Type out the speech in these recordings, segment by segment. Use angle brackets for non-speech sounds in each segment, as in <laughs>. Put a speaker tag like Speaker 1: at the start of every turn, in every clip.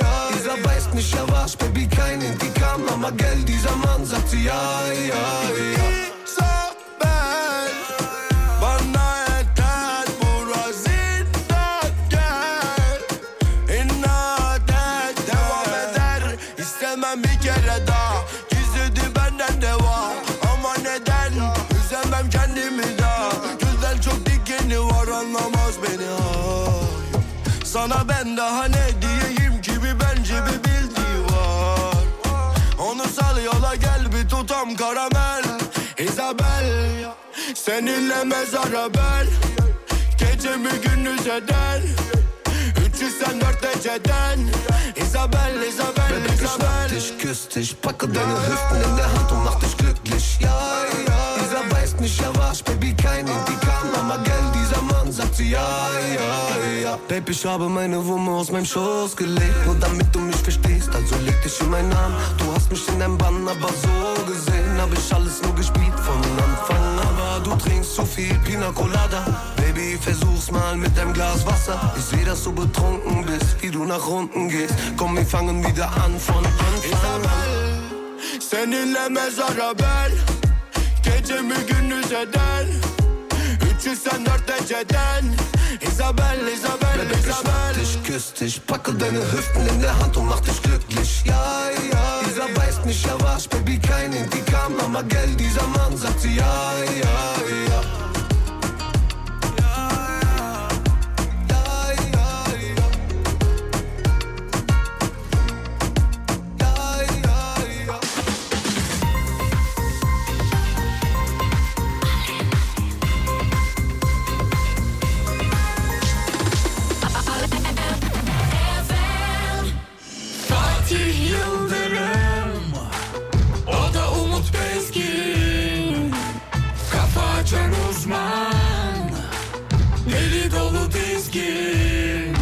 Speaker 1: ja, dieser weiß nicht, er war's, Baby, kein Indikam, aber gell, dieser Mann sagt sie, ja, ja, ja.
Speaker 2: Isabel Bana yeter burası zindan gel İnat et devam eder İstemem bir kere daha Gizledi benden deva Ama neden üzemem kendimi daha Gözden çok dikeni var anlamaz beni ay. Sana ben daha ne diyeyim gibi bence bir bildiği var Onu sal yola gel bir tutam karamel Isabel Seninle mezara bel Gecemi gündüz eder Üçü sen dört eceden Isabel,
Speaker 1: Wenn
Speaker 2: Isabel,
Speaker 1: der
Speaker 2: Isabel
Speaker 1: geschnappt dich, küsst dich, packe deine Hüften in der Hand und mach dich glücklich. Ja, ja, dieser weiß nicht, er war's, Baby, kein Indikam, aber gell, dieser Mann sagt sie, ja, ja, ja. Baby, ich habe meine Wumme aus meinem Schoß gelegt, nur damit du mich verstehst, also leg dich in meinen Arm. Du hast mich in deinem Bann, aber so gesehen hab ich alles nur gespielt von Anfang an. Aber du trinkst zu viel Pina Colada, Baby, versuch's mal mit deinem Glas Wasser. Ich seh, dass du betrunken bist, wie du nach unten gehst. Komm, wir fangen wieder an von Anfang an.
Speaker 2: Seninle mezara bel Gecemi gündüz eder Üçü sen dört eceden Isabel, Isabel, Isabel
Speaker 1: Geschnapp dich, küss dich, packe deine Hüften in der Hand und mach dich glücklich. Ja, ja, dieser weiß nicht, er war's, Baby, kein Indikam, aber gell, dieser Mann sagt sie, ja, ja, ja.
Speaker 3: Fatih Yıldırım O da Umut Bezgin Kafa açan uzman Deli dolu dizgin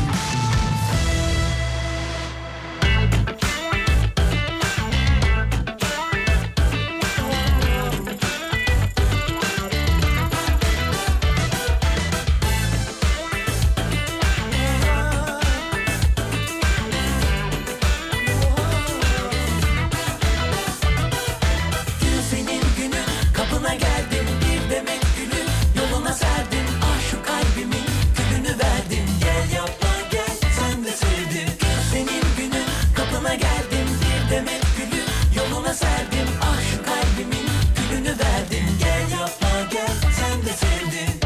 Speaker 4: Dün senin günün kapına geldim bir demek gülü yoluna serdim ah şu kalbimin gülünü verdim gel yapma gel sen de sevdim Dün senin günün kapına geldim bir demek gülü yoluna serdim ah şu kalbimin gülünü verdim gel yapma gel sen de sevdim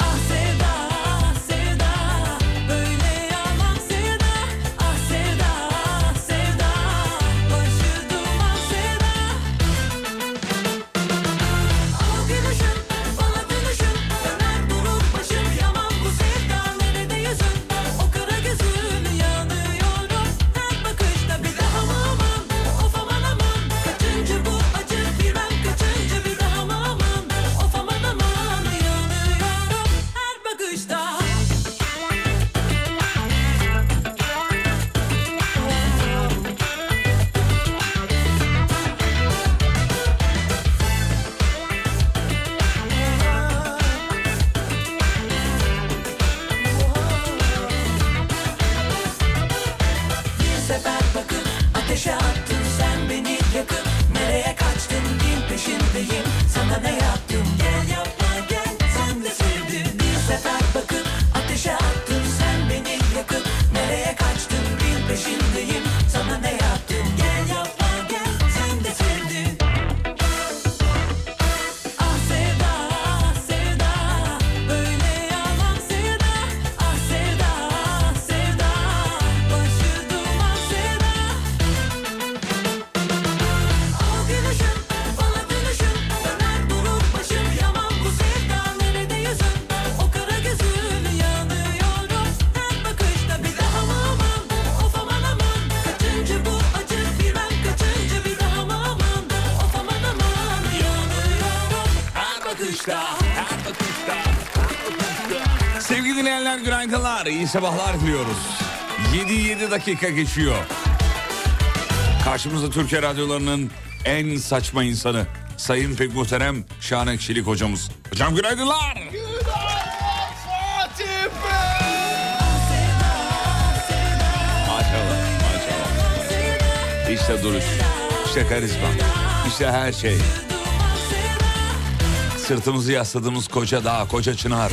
Speaker 4: Ah sevda, ah sevda, böyle yalan sevda. Ah sevda, ah sevda, başı duman sevda. Al gülüşün, bana gülüşün, döner durur başım. Yaman bu sevda, nerede yüzün? O kara gözün yanıyorum. Her bakışta bir daha mı aman, of aman aman. Kaçıncı bu acı, bilmem kaçıncı bir daha mı aman, of aman aman. Yanıyorum her bakışta. Bir sefer bakıp ateşe attın sen beni yakıp Nereye kaçtın bin peşindeyim sana ne yaptım Gel yapma gel sen de sevdin Bir sefer bakıp ateşe attın sen beni yakıp Nereye kaçtın bin peşindeyim sana ne yaptım Gel yapma gel sen de sevdin Ah sevda, ah sevda, böyle yalan sevda. Ah sevda, ah sevda, başı duman sevda. Al gülüşün, bana gülüşün, döner durur başım.
Speaker 5: bakışta, her bakışta, her bakışta. Sevgili dinleyenler günaydınlar, iyi sabahlar diliyoruz. 7-7 dakika geçiyor. Karşımızda Türkiye radyolarının en saçma insanı Sayın Pek Muhterem Şahan Ekşilik hocamız. Hocam günaydınlar. Maşallah, maşallah. İşte duruş, işte karizma, işte her şey. Sırtımızı yasladığımız koca dağ, koca çınar.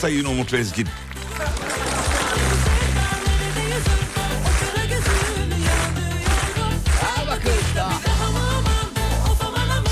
Speaker 5: Sayın Umut Bezgin.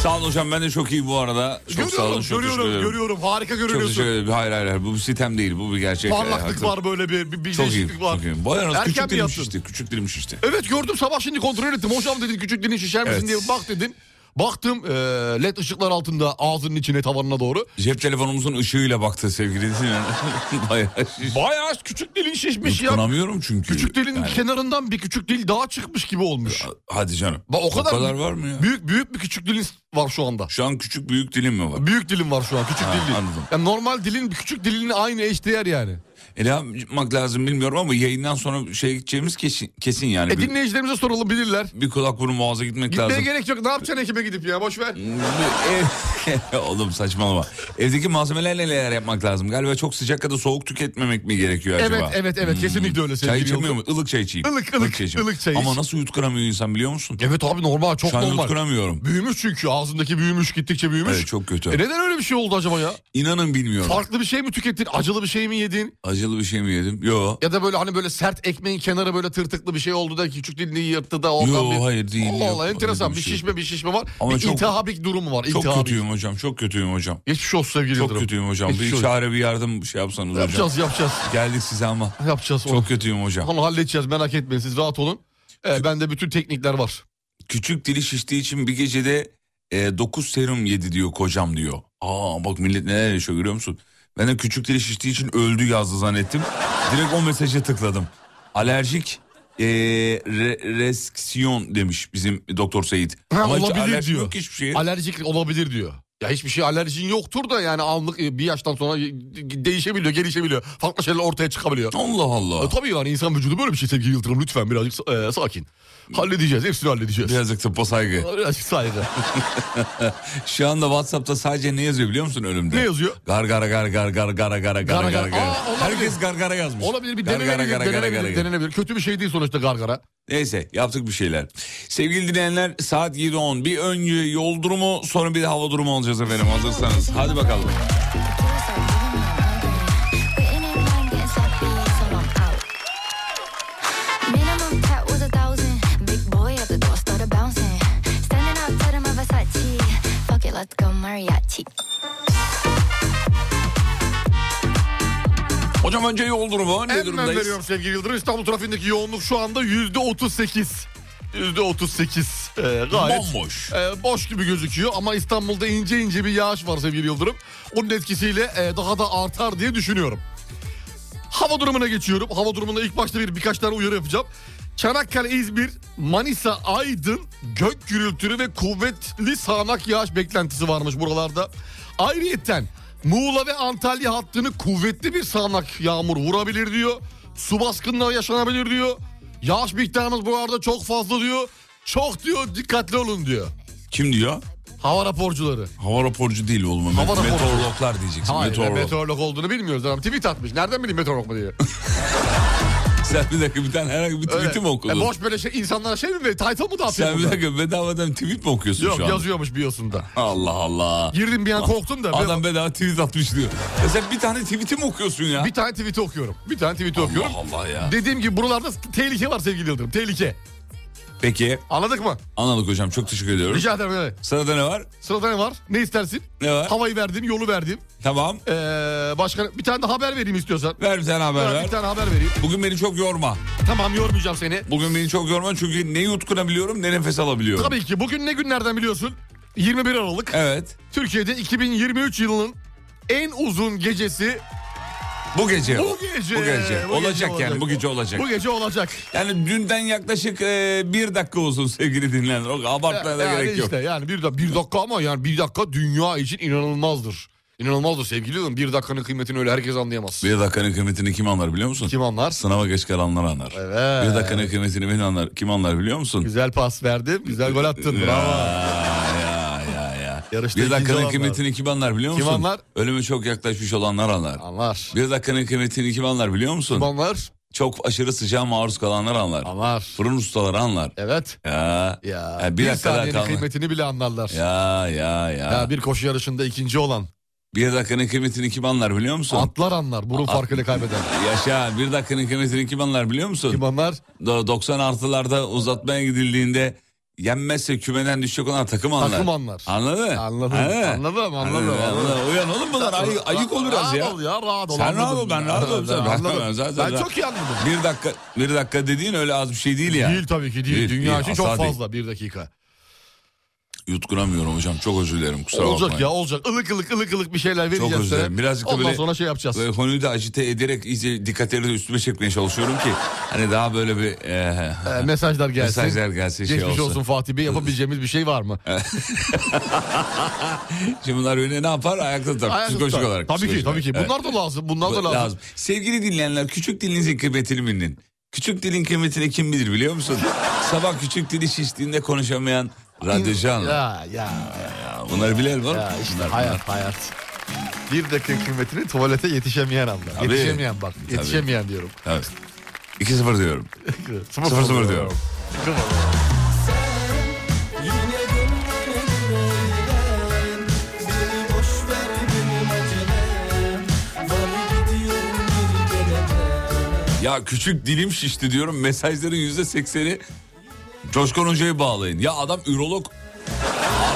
Speaker 5: Sağ olun hocam ben de çok iyi bu arada. Çok sağ
Speaker 6: Görüyorum,
Speaker 5: olun. çok teşekkür
Speaker 6: görüyorum,
Speaker 5: ederim.
Speaker 6: görüyorum. Harika
Speaker 5: Çok
Speaker 6: görünüyorsun.
Speaker 5: teşekkür ederim. Hayır hayır hayır. Bu bir sitem değil. Bu bir gerçek.
Speaker 6: Parlaklık
Speaker 5: Hayatım.
Speaker 6: var böyle bir, bir, bir
Speaker 5: Çok iyi.
Speaker 6: değişiklik var.
Speaker 5: Çok iyi. Bayağı
Speaker 6: Erken
Speaker 5: küçük
Speaker 6: mi
Speaker 5: dilim
Speaker 6: yaptın?
Speaker 5: şişti. Küçük dilim şişti.
Speaker 6: Evet gördüm sabah şimdi kontrol ettim. Hocam dedi küçük dilin şişer misin
Speaker 5: Evet.
Speaker 6: diye bir bak dedim. Baktım eee, led ışıklar altında ağzının içine tavanına doğru.
Speaker 5: Cep telefonumuzun ışığıyla baktı sevgili dinleyen. <laughs> Bayağı şiş.
Speaker 6: Bayağı küçük dilin şişmiş ya.
Speaker 5: Tutkunamıyorum çünkü.
Speaker 6: Küçük dilin
Speaker 5: Yani,
Speaker 6: kenarından bir küçük dil daha çıkmış gibi olmuş.
Speaker 5: Hadi canım.
Speaker 6: Bak o kadar,
Speaker 5: var mı ya?
Speaker 6: Büyük büyük bir küçük dilin var şu anda.
Speaker 5: Şu an küçük büyük dilim mi var?
Speaker 6: Büyük dilim var şu an küçük
Speaker 5: Ha,
Speaker 6: dil değil.
Speaker 5: anladım.
Speaker 6: Yani normal dilin küçük dilinle aynı eşdeğer yani.
Speaker 5: Ele E, yapmak lazım bilmiyorum ama yayından sonra şey gideceğimiz kesin, kesin yani.
Speaker 6: E
Speaker 5: bir,
Speaker 6: dinleyicilerimize soralım bilirler.
Speaker 5: bir kulak burun boğaza gitmek
Speaker 6: Gitmeye
Speaker 5: lazım.
Speaker 6: gerek yok. Ne yapacaksın ekime gidip ya boş ver.
Speaker 5: Ev- <laughs> Oğlum saçmalama. Evdeki malzemelerle neler yapmak lazım? Galiba çok sıcak ya da soğuk tüketmemek mi gerekiyor
Speaker 6: Evet
Speaker 5: acaba?
Speaker 6: evet evet kesinlikle öyle
Speaker 5: Çay
Speaker 6: sevgili
Speaker 5: içemiyor
Speaker 6: Yıldırım.
Speaker 5: mu? Ilık çay içeyim.
Speaker 6: Ilık, ılık,
Speaker 5: içeyim.
Speaker 6: ılık çay iç.
Speaker 5: Ama nasıl yutkuramıyor insan biliyor musun?
Speaker 6: Evet abi normal çok
Speaker 5: Şu an
Speaker 6: normal.
Speaker 5: yutkuramıyorum.
Speaker 6: Büyümüş çünkü ağzındaki büyümüş gittikçe büyümüş.
Speaker 5: Evet çok kötü.
Speaker 6: E neden öyle bir şey oldu acaba ya?
Speaker 5: İnanın bilmiyorum.
Speaker 6: Farklı bir şey mi tükettin? Acılı bir şey mi yedin?
Speaker 5: Acılı bir şey mi yedim? Yo.
Speaker 6: Ya da böyle hani böyle sert ekmeğin kenarı böyle tırtıklı bir şey oldu da küçük dilini yırttı da oradan
Speaker 5: Yo,
Speaker 6: bir...
Speaker 5: hayır, değil,
Speaker 6: Allah
Speaker 5: yok,
Speaker 6: Allah enteresan
Speaker 5: öyle
Speaker 6: bir,
Speaker 5: bir şey.
Speaker 6: şişme bir şişme var.
Speaker 5: Ama
Speaker 6: bir
Speaker 5: çok-
Speaker 6: iltihabik durumu var.
Speaker 5: Çok
Speaker 6: iltihabik.
Speaker 5: kötüyüm hocam. Çok kötüyüm hocam.
Speaker 6: Geçmiş olsun sevgili
Speaker 5: Çok
Speaker 6: Yıldırım.
Speaker 5: kötüyüm hocam.
Speaker 6: Geçmiş
Speaker 5: Bir
Speaker 6: olsun.
Speaker 5: çare bir yardım şey yapsanız hocam.
Speaker 6: Yapacağız yapacağız.
Speaker 5: Geldik size ama.
Speaker 6: Yapacağız onu.
Speaker 5: Çok kötüyüm hocam.
Speaker 6: Onu halledeceğiz merak etmeyin siz rahat olun. E, bende bütün teknikler var.
Speaker 5: Küçük dili şiştiği için bir gecede 9 serum yedi diyor kocam diyor. Aa bak millet neler yaşıyor görüyor musun? Ben de küçük dili şiştiği için öldü yazdı zannettim. Direkt o mesaja tıkladım. Alerjik e, re- reaksiyon demiş bizim doktor Seyit.
Speaker 6: Ha,
Speaker 5: Ama hiç
Speaker 6: olabilir
Speaker 5: alerji
Speaker 6: diyor.
Speaker 5: Yok hiçbir şey.
Speaker 6: Alerjik olabilir diyor. Ya hiçbir şey alerjin yoktur da yani anlık e, bir yaştan sonra değişebiliyor, gelişebiliyor. Farklı şeyler ortaya çıkabiliyor.
Speaker 5: Allah Allah.
Speaker 6: E, tabii yani insan vücudu böyle bir şey sevgili Yıldırım lütfen birazcık e, sakin. Halledeceğiz hepsini halledeceğiz.
Speaker 5: Birazcık tıbba saygı.
Speaker 6: Birazcık
Speaker 5: <laughs>
Speaker 6: saygı.
Speaker 5: Şu anda WhatsApp'ta sadece ne yazıyor biliyor musun önümde?
Speaker 6: Ne yazıyor?
Speaker 5: Gar gar gar gar gar gar gar gar
Speaker 6: Gar
Speaker 5: gar
Speaker 6: gar.
Speaker 5: gar.
Speaker 6: Aa, olabilir.
Speaker 5: Herkes gar gara yazmış.
Speaker 6: Olabilir bir
Speaker 5: Gar gara
Speaker 6: denenebilir,
Speaker 5: gara gara gara
Speaker 6: denenebilir,
Speaker 5: gara.
Speaker 6: denenebilir. Kötü bir şey değil sonuçta gargara.
Speaker 5: Neyse yaptık bir şeyler. Sevgili dinleyenler saat 7.10. Bir önce yol durumu sonra bir de hava durumu alacağız efendim hazırsanız. Hadi bakalım.
Speaker 7: Minimum cat was a thousand. Big boy at the door started bouncing. Standing outside of my Versace. Fuck it, let's go mariachi.
Speaker 5: Hocam önce yol durumu ne
Speaker 6: Hemen
Speaker 5: durumdayız?
Speaker 6: veriyorum sevgili Yıldırım. İstanbul trafiğindeki yoğunluk şu anda yüzde otuz sekiz. Yüzde otuz sekiz. Ee, Gayet
Speaker 5: Bomboş.
Speaker 6: e, boş gibi gözüküyor ama İstanbul'da ince ince bir yağış var sevgili Yıldırım. Onun etkisiyle e, daha da artar diye düşünüyorum. Hava durumuna geçiyorum. Hava durumunda ilk başta bir birkaç tane uyarı yapacağım. Çanakkale, İzmir, Manisa, Aydın gök gürültülü ve kuvvetli sağanak yağış beklentisi varmış buralarda. Ayrıyeten Muğla ve Antalya hattını kuvvetli bir sağanak yağmur vurabilir diyor. Su baskınları yaşanabilir diyor. Yağış miktarımız buralarda çok fazla diyor. Çok diyor dikkatli olun diyor.
Speaker 5: Kim diyor?
Speaker 6: Hava raporcuları.
Speaker 5: Hava raporcu değil oğlum.
Speaker 6: Hava raporcu.
Speaker 5: Meteorologlar diyeceksin.
Speaker 6: Hayır meteorolog.
Speaker 5: Meteorolog.
Speaker 6: olduğunu bilmiyoruz adam. Tweet atmış. Nereden bileyim meteorolog mu diye.
Speaker 5: <laughs> Sen bir dakika bir tane herhangi bir tweet'i mi
Speaker 6: E,
Speaker 5: okudun?
Speaker 6: boş böyle şey insanlara şey mi? Title mı dağıtıyor?
Speaker 5: Sen bir
Speaker 6: burada?
Speaker 5: dakika bedavadan tweet mi okuyorsun
Speaker 6: Yok
Speaker 5: şu an?
Speaker 6: yazıyormuş biosunda.
Speaker 5: Allah Allah.
Speaker 6: Girdim bir an korktum da.
Speaker 5: Adam bedava tweet atmış diyor. Ya sen bir tane tweet'i mi okuyorsun ya?
Speaker 6: Bir tane tweet'i okuyorum. Bir tane tweet'i okuyorum.
Speaker 5: Allah ya.
Speaker 6: Dediğim gibi buralarda tehlike var sevgili Yıldırım. Tehlike.
Speaker 5: Peki
Speaker 6: Anladık mı?
Speaker 5: anladık hocam çok teşekkür ediyorum.
Speaker 6: Rica ederim. Evet.
Speaker 5: Sırada ne var?
Speaker 6: Sırada ne var? Ne istersin?
Speaker 5: Ne var?
Speaker 6: Havayı verdim, yolu verdim.
Speaker 5: Tamam.
Speaker 6: Ee, başka bir tane de haber vereyim istiyorsan.
Speaker 5: Ver bir tane haber ver.
Speaker 6: Bir tane haber vereyim.
Speaker 5: Bugün beni çok yorma.
Speaker 6: Tamam yormayacağım seni.
Speaker 5: Bugün beni çok yorma çünkü ne yutkunabiliyorum ne nefes alabiliyorum.
Speaker 6: Tabii ki bugün ne günlerden biliyorsun? 21 Aralık.
Speaker 5: Evet.
Speaker 6: Türkiye'de 2023 yılının en uzun gecesi
Speaker 5: Bu gece.
Speaker 6: Bu gece.
Speaker 5: Bu gece.
Speaker 6: bu
Speaker 5: olacak yani bu gece olacak.
Speaker 6: Bu gece olacak.
Speaker 5: Yani dünden yaklaşık e, bir dakika olsun sevgili dinleyenler. O abartmaya da
Speaker 6: yani
Speaker 5: gerek yok.
Speaker 6: işte yani bir, da- bir dakika ama yani bir dakika dünya için inanılmazdır. İnanılmazdır sevgili oğlum. Bir dakikanın kıymetini öyle herkes anlayamaz.
Speaker 5: Bir dakikanın kıymetini kim anlar biliyor musun?
Speaker 6: Kim anlar?
Speaker 5: Sınava geç kalanlar anlar.
Speaker 6: Evet.
Speaker 5: Bir dakikanın kıymetini ben anlar. Kim anlar biliyor musun?
Speaker 6: Güzel pas verdim. Güzel gol attın. Bravo.
Speaker 5: Ya ya ya.
Speaker 6: Yarışta
Speaker 5: Bir
Speaker 6: ikinci
Speaker 5: dakikanın
Speaker 6: olanlar.
Speaker 5: kıymetini kim anlar biliyor
Speaker 6: Kim
Speaker 5: musun?
Speaker 6: anlar?
Speaker 5: Ölüme çok yaklaşmış olanlar anlar.
Speaker 6: Anlar.
Speaker 5: Bir dakikanın kıymetini kim anlar biliyor musun?
Speaker 6: Kim anlar?
Speaker 5: Çok aşırı sıcağa maruz kalanlar anlar.
Speaker 6: Anlar.
Speaker 5: Fırın ustaları anlar.
Speaker 6: Evet.
Speaker 5: Ya.
Speaker 6: Ya.
Speaker 5: Ya bir
Speaker 6: bir
Speaker 5: dakika daha
Speaker 6: saniyenin
Speaker 5: kaldı.
Speaker 6: kıymetini bile anlarlar. Ya.
Speaker 5: Ya ya ya.
Speaker 6: bir koşu yarışında ikinci olan
Speaker 5: Bir dakikanın kıymetini kim anlar biliyor musun?
Speaker 6: atlar anlar burun farkıyla kaybeder.
Speaker 5: Yaşa bir dakikanın kıymetini kim anlar biliyor musun?
Speaker 6: Kim anlar?
Speaker 5: Do- 90 artılarda uzatmaya gidildiğinde yenmezse kümeden düşecek olan takım anlar.
Speaker 6: Takım anlar.
Speaker 5: Anladın mı?
Speaker 6: Anladım.
Speaker 5: He?
Speaker 6: Anladım, anladım, anladım.
Speaker 5: Uyan oğlum bunlar ayı- ayık ol biraz ya.
Speaker 6: Rahat ol ya rahat ol.
Speaker 5: Sen
Speaker 6: anladım
Speaker 5: rahat ol, ben
Speaker 6: ya.
Speaker 5: rahat olayım.
Speaker 6: Ben
Speaker 5: Sen-
Speaker 6: anladım.
Speaker 5: Ben zaten
Speaker 6: Ben
Speaker 5: rahat-
Speaker 6: çok iyi anladım.
Speaker 5: Bir dakika, bir dakika dediğin öyle az bir şey değil yani.
Speaker 6: Değil tabii ki değil.
Speaker 5: Değil,
Speaker 6: Dünya
Speaker 5: değil,
Speaker 6: için çok
Speaker 5: asla değil.
Speaker 6: fazla bir dakika.
Speaker 5: Yutkunamıyorum hocam çok özür dilerim kusura
Speaker 6: olacak
Speaker 5: bakmayın.
Speaker 6: ya olacak. Ilık ılık ılık ılık bir şeyler vereceğiz
Speaker 5: özür
Speaker 6: sana.
Speaker 5: dilerim. Birazcık da
Speaker 6: Ondan
Speaker 5: böyle-
Speaker 6: sonra şey yapacağız.
Speaker 5: Böyle konuyu da acite ederek iyice dikkatleri de üstüme çekmeye çalışıyorum ki hani daha böyle bir e, <laughs>
Speaker 6: Ee, mesajlar gelsin.
Speaker 5: mesajlar gelsin şey
Speaker 6: Geçmiş
Speaker 5: olsun.
Speaker 6: olsun Fatih Bey yapabileceğimiz bir şey var mı?
Speaker 5: e. <laughs> Şimdi bunlar öyle ne yapar? Ayakta tutar.
Speaker 6: Ayakta
Speaker 5: psikolojik
Speaker 6: tutar.
Speaker 5: olarak.
Speaker 6: Tabii ki
Speaker 5: psikolojik
Speaker 6: tabii ki.
Speaker 5: olarak.
Speaker 6: Bunlar da lazım. Bunlar da
Speaker 5: Evet.
Speaker 6: lazım.
Speaker 5: lazım. Sevgili dinleyenler küçük dilinizin kıymetini bilin. Küçük dilin kıymetini kim bilir
Speaker 6: <laughs>
Speaker 5: biliyor musun? Sabah küçük dili şiştiğinde konuşamayan radyocu hanım.
Speaker 6: Ya ya
Speaker 5: Ya Bunları bilen var mı?
Speaker 6: ya işte
Speaker 5: Bunlar-
Speaker 6: hayat hayat. Bir dakika kıymetini tuvalete yetişemeyen anlar.
Speaker 5: Tabii.
Speaker 6: Yetişemeyen bak. Yetişemeyen diyorum. <laughs>
Speaker 5: Evet. 2-0 diyorum. 0-0 diyorum. Ya küçük dilim şişti diyorum. Mesajların yüzde sekseni Coşkun Hoca'yı bağlayın. Ya adam ürolog.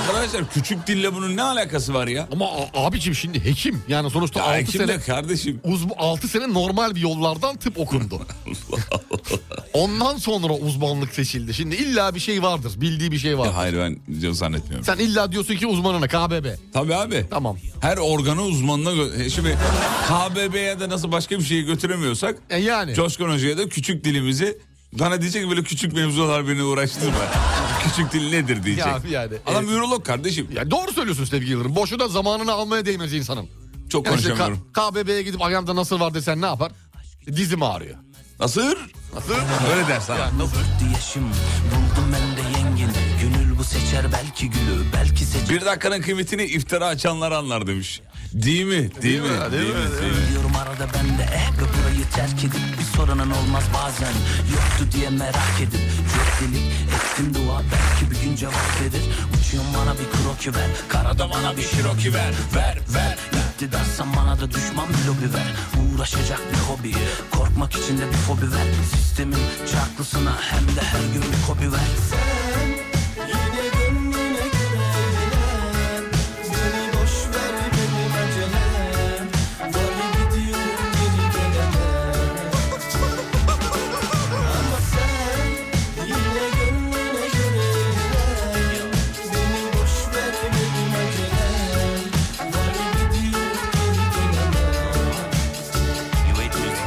Speaker 5: Arkadaşlar küçük dille bunun ne alakası var ya?
Speaker 6: Ama a- abicim şimdi hekim yani sonuçta
Speaker 5: Ya
Speaker 6: 6
Speaker 5: hekim
Speaker 6: sene
Speaker 5: de kardeşim.
Speaker 6: uzman 6 sene normal bir yollardan tıp
Speaker 5: <laughs>
Speaker 6: okundu. Ondan sonra uzmanlık seçildi. Şimdi illa bir şey vardır. Bildiği bir şey var.
Speaker 5: Ya hayır ben diyor zannetmiyorum.
Speaker 6: Sen illa diyorsun ki uzmanına KBB.
Speaker 5: Tabii abi.
Speaker 6: Tamam.
Speaker 5: Her organı uzmanına gö- E şimdi KBB'ye de nasıl başka bir şeyi götüremiyorsak
Speaker 6: E yani.
Speaker 5: Coşkun Hoca'ya da küçük dilimizi bana diyecek ki böyle küçük mevzular beni uğraştırma. <laughs> küçük dil nedir diyecek.
Speaker 6: Ya yani,
Speaker 5: Adam
Speaker 6: e-
Speaker 5: ürolog kardeşim.
Speaker 6: Ya doğru söylüyorsun sevgili Yıldırım. Boşuna zamanını almaya değmez insanın.
Speaker 5: Çok
Speaker 6: Yani işte
Speaker 5: konuşamıyorum.
Speaker 6: K- KBB'ye gidip ayağımda nasıl var desen ne yapar? Dizim ağrıyor.
Speaker 5: Nasıl?
Speaker 6: Nasıl?
Speaker 5: Öyle der sana.
Speaker 8: Dörtlü yaşım buldum ben de yengini Gönül bu seçer belki gülü belki seçer
Speaker 5: Bir dakikanın kıymetini iftara açanlar anlar demiş. Değil mi? Değil, mi? Değil, mi? Değil mi?
Speaker 8: Diyorum arada ben de eh be burayı terk edip Bir soranın olmaz bazen yoktu diye merak edip Yok delik ettim dua belki bir gün cevap verir Uçuyorum bana bir kroki ver karada bana bir şiroki ver Ver ver gitti dersen bana da düşman bir lobi ver Uğraşacak bir hobi korkmak için de bir fobi ver Sistemin çarklısına hem de her gün bir kobi ver You ain't music.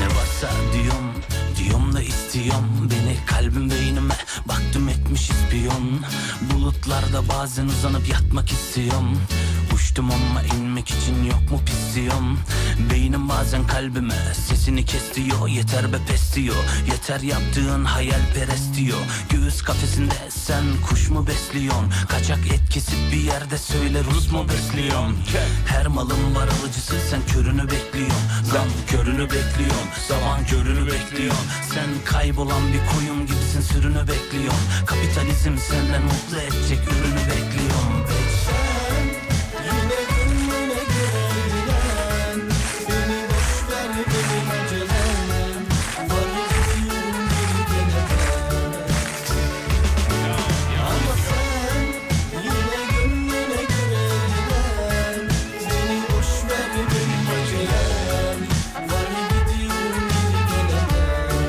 Speaker 8: Ne varsa diyorum Diyorum da istiyorum Beni kalbim beynime Baktım etmiş ispiyon Bulutlarda bazen uzanıp yatmak istiyorum Uçtum ama inmek için yok mu pisliyorum Beynim bazen kalbime sesini kes diyor Yeter be pes diyor Yeter yaptığın hayalperest diyor Göğüs kafesinde sen kuş mu besliyorsun Kaçak et kesip bir yerde söyle Rus mu besliyorsun Her malın var alıcısı sen körünü bekliyorsun Zam körünü bekliyorsun Zaman körünü bekliyorsun Sen kaybolan bir koyun gibisin sürünü bekliyorsun Kapitalizm senden mutlu edecek ürünü bekliyorsun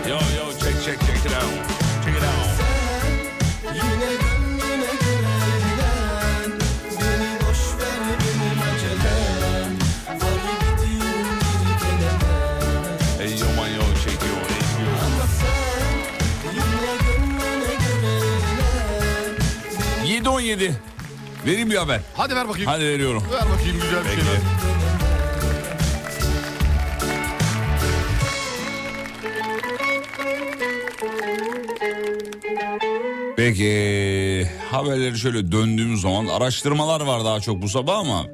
Speaker 5: Yo yo check check check it out. Check it out. 17.17. Vereyim bir haber.
Speaker 6: Hadi ver bakayım.
Speaker 5: Hadi veriyorum.
Speaker 6: Ver bakayım güzel bir
Speaker 5: Peki.
Speaker 6: şeyler.
Speaker 5: Peki haberleri şöyle döndüğüm zaman araştırmalar var daha çok bu sabah ama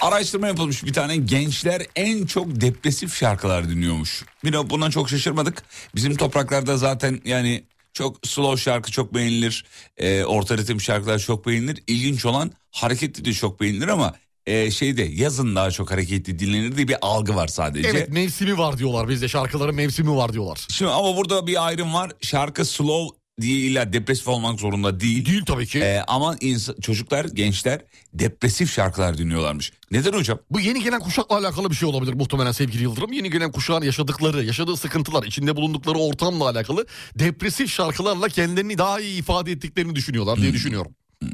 Speaker 5: araştırma yapılmış bir tane gençler en çok depresif şarkılar dinliyormuş. Bir de buna çok şaşırmadık. Bizim topraklarda zaten yani çok slow şarkı çok beğenilir. E, orta ritim şarkılar çok beğenilir. İlginç olan hareketli de çok beğenilir ama e, şeyde yazın daha çok hareketli dinlenir diye bir algı var sadece.
Speaker 6: Evet mevsimi var diyorlar bizde şarkıların mevsimi var diyorlar.
Speaker 5: Şimdi ama burada bir ayrım var. Şarkı slow diye illa depresif olmak zorunda değil.
Speaker 6: Değil tabii ki.
Speaker 5: Ee, ama ins- çocuklar, gençler depresif şarkılar dinliyorlarmış. Neden hocam?
Speaker 6: Bu yeni gelen kuşakla alakalı bir şey olabilir muhtemelen sevgili Yıldırım. Yeni gelen kuşağın yaşadıkları, yaşadığı sıkıntılar, içinde bulundukları ortamla alakalı depresif şarkılarla kendilerini daha iyi ifade ettiklerini düşünüyorlar diye düşünüyorum.
Speaker 5: Hmm.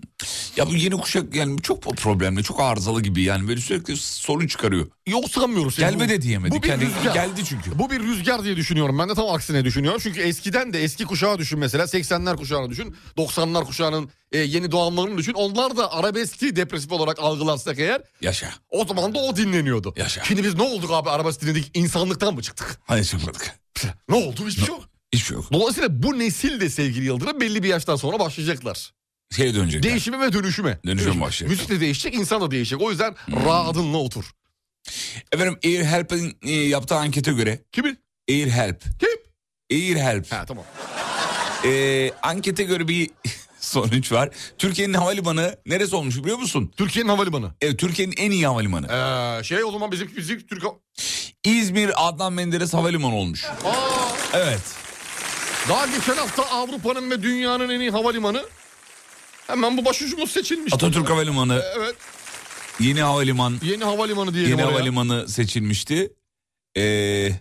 Speaker 5: Ya bu yeni kuşak yani çok problemli, çok arızalı gibi yani böyle sürekli sorun çıkarıyor.
Speaker 6: Yok sanmıyorum. sevgili-
Speaker 5: Gelme de diyemedi.
Speaker 6: Bu bir
Speaker 5: Kendi-
Speaker 6: rüzgar.
Speaker 5: geldi çünkü.
Speaker 6: Bu bir rüzgar diye düşünüyorum. Ben de tam aksine düşünüyorum. Çünkü eskiden de eski kuşağı düşün mesela. 80'ler kuşağını düşün. 90'lar kuşağının e, yeni doğanlarını düşün. Onlar da arabeski depresif olarak algılarsak eğer
Speaker 5: Yaşa.
Speaker 6: o zaman da o dinleniyordu.
Speaker 5: Yaşa.
Speaker 6: Şimdi biz ne olduk abi arabesk dinledik? İnsanlıktan mı çıktık?
Speaker 5: Hani çıkmadık.
Speaker 6: Ne oldu? Hiçbir şey yok.
Speaker 5: Hiçbir şey yok.
Speaker 6: Dolayısıyla bu nesil de sevgili Yıldırım belli bir yaştan sonra başlayacaklar.
Speaker 5: Şeye dönecek.
Speaker 6: Değişime ve dönüşüme.
Speaker 5: Dönüşüm başlayacak. Hmm.
Speaker 6: Müzik de değişecek, insan da değişecek. O yüzden rahatınla otur.
Speaker 5: Efendim Airhelp'in e, yaptığı ankete göre
Speaker 6: Kimin?
Speaker 5: Airhelp.
Speaker 6: Kim?
Speaker 5: Airhelp.
Speaker 6: Ha tamam.
Speaker 5: Ee, ankete göre bir <laughs> sonuç var. Türkiye'nin havalimanı neresi olmuş biliyor musun?
Speaker 6: Türkiye'nin havalimanı.
Speaker 5: Evet, Türkiye'nin en iyi havalimanı.
Speaker 6: Ee, şey o zaman bizim müzik Türk...
Speaker 5: İzmir Adnan Menderes Havalimanı olmuş.
Speaker 6: Aa,
Speaker 5: Evet.
Speaker 6: daha geçen hafta Avrupa'nın ve dünyanın en iyi havalimanı. Hemen bu başucumuz seçilmiş.
Speaker 5: Atatürk Havalimanı,
Speaker 6: Evet.
Speaker 5: yeni havaliman,
Speaker 6: Yeni havalimanı diyelim
Speaker 5: yeni
Speaker 6: oraya.
Speaker 5: havalimanı seçilmişti. Ee,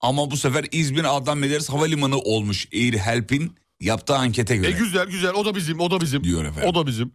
Speaker 5: ama bu sefer İzmir Adnan Menderes Havalimanı olmuş Airhelp'in yaptığı ankete
Speaker 6: E
Speaker 5: göre.
Speaker 6: güzel güzel o da bizim o da bizim.
Speaker 5: Diyor efendim.
Speaker 6: O da bizim.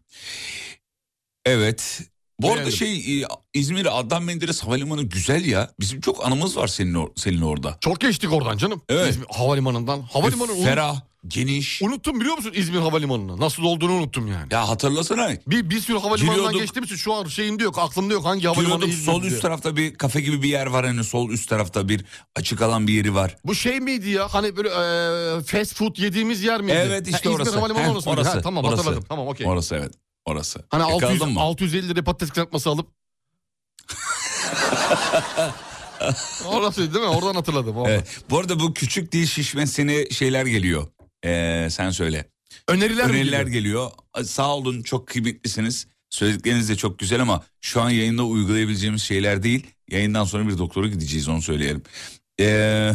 Speaker 5: Evet. Bu arada
Speaker 6: Beğendim.
Speaker 5: şey e, İzmir Adnan Menderes Havalimanı güzel ya. Bizim çok anımız var senin or- senin orada.
Speaker 6: Çok geçtik oradan canım.
Speaker 5: Evet.
Speaker 6: İzmir havalimanından. Havalimanı
Speaker 5: Ve Ferah, geniş.
Speaker 6: Unuttum biliyor musun İzmir Havalimanı'nı? Nasıl olduğunu unuttum yani.
Speaker 5: Ya hatırlasana.
Speaker 6: Bir, bir sürü havalimanından
Speaker 5: Giriyorduk.
Speaker 6: geçtiğim için şu an şeyimde yok aklımda yok hangi havalimanı
Speaker 5: Giriyorduk
Speaker 6: İzmir'de
Speaker 5: sol
Speaker 6: diye.
Speaker 5: üst tarafta bir kafe gibi bir yer var hani sol üst tarafta bir açık alan bir yeri var.
Speaker 6: Bu şey miydi ya hani böyle eee, fast food yediğimiz yer miydi?
Speaker 5: Evet işte
Speaker 6: Ha, İzmir
Speaker 5: orası.
Speaker 6: Havalimanı
Speaker 5: Heh,
Speaker 6: orası, mıydı? Ha, tamam
Speaker 5: orası.
Speaker 6: hatırladım tamam okey.
Speaker 5: Orası evet. Orası.
Speaker 6: Hani
Speaker 5: Yakaladın
Speaker 6: 600,
Speaker 5: mı?
Speaker 6: 650 liraya patates kızartması alıp. <laughs> Orası değil mi? Oradan hatırladım. Vallahi.
Speaker 5: Evet. Bu arada bu küçük dil şişmesini şeyler geliyor. Ee, sen söyle.
Speaker 6: Öneriler, mi
Speaker 5: Öneriler
Speaker 6: geliyor?
Speaker 5: geliyor. Sağ olun çok kıymetlisiniz. Söyledikleriniz de çok güzel ama şu an yayında uygulayabileceğimiz şeyler değil. Yayından sonra bir doktora gideceğiz onu söyleyelim. Ee,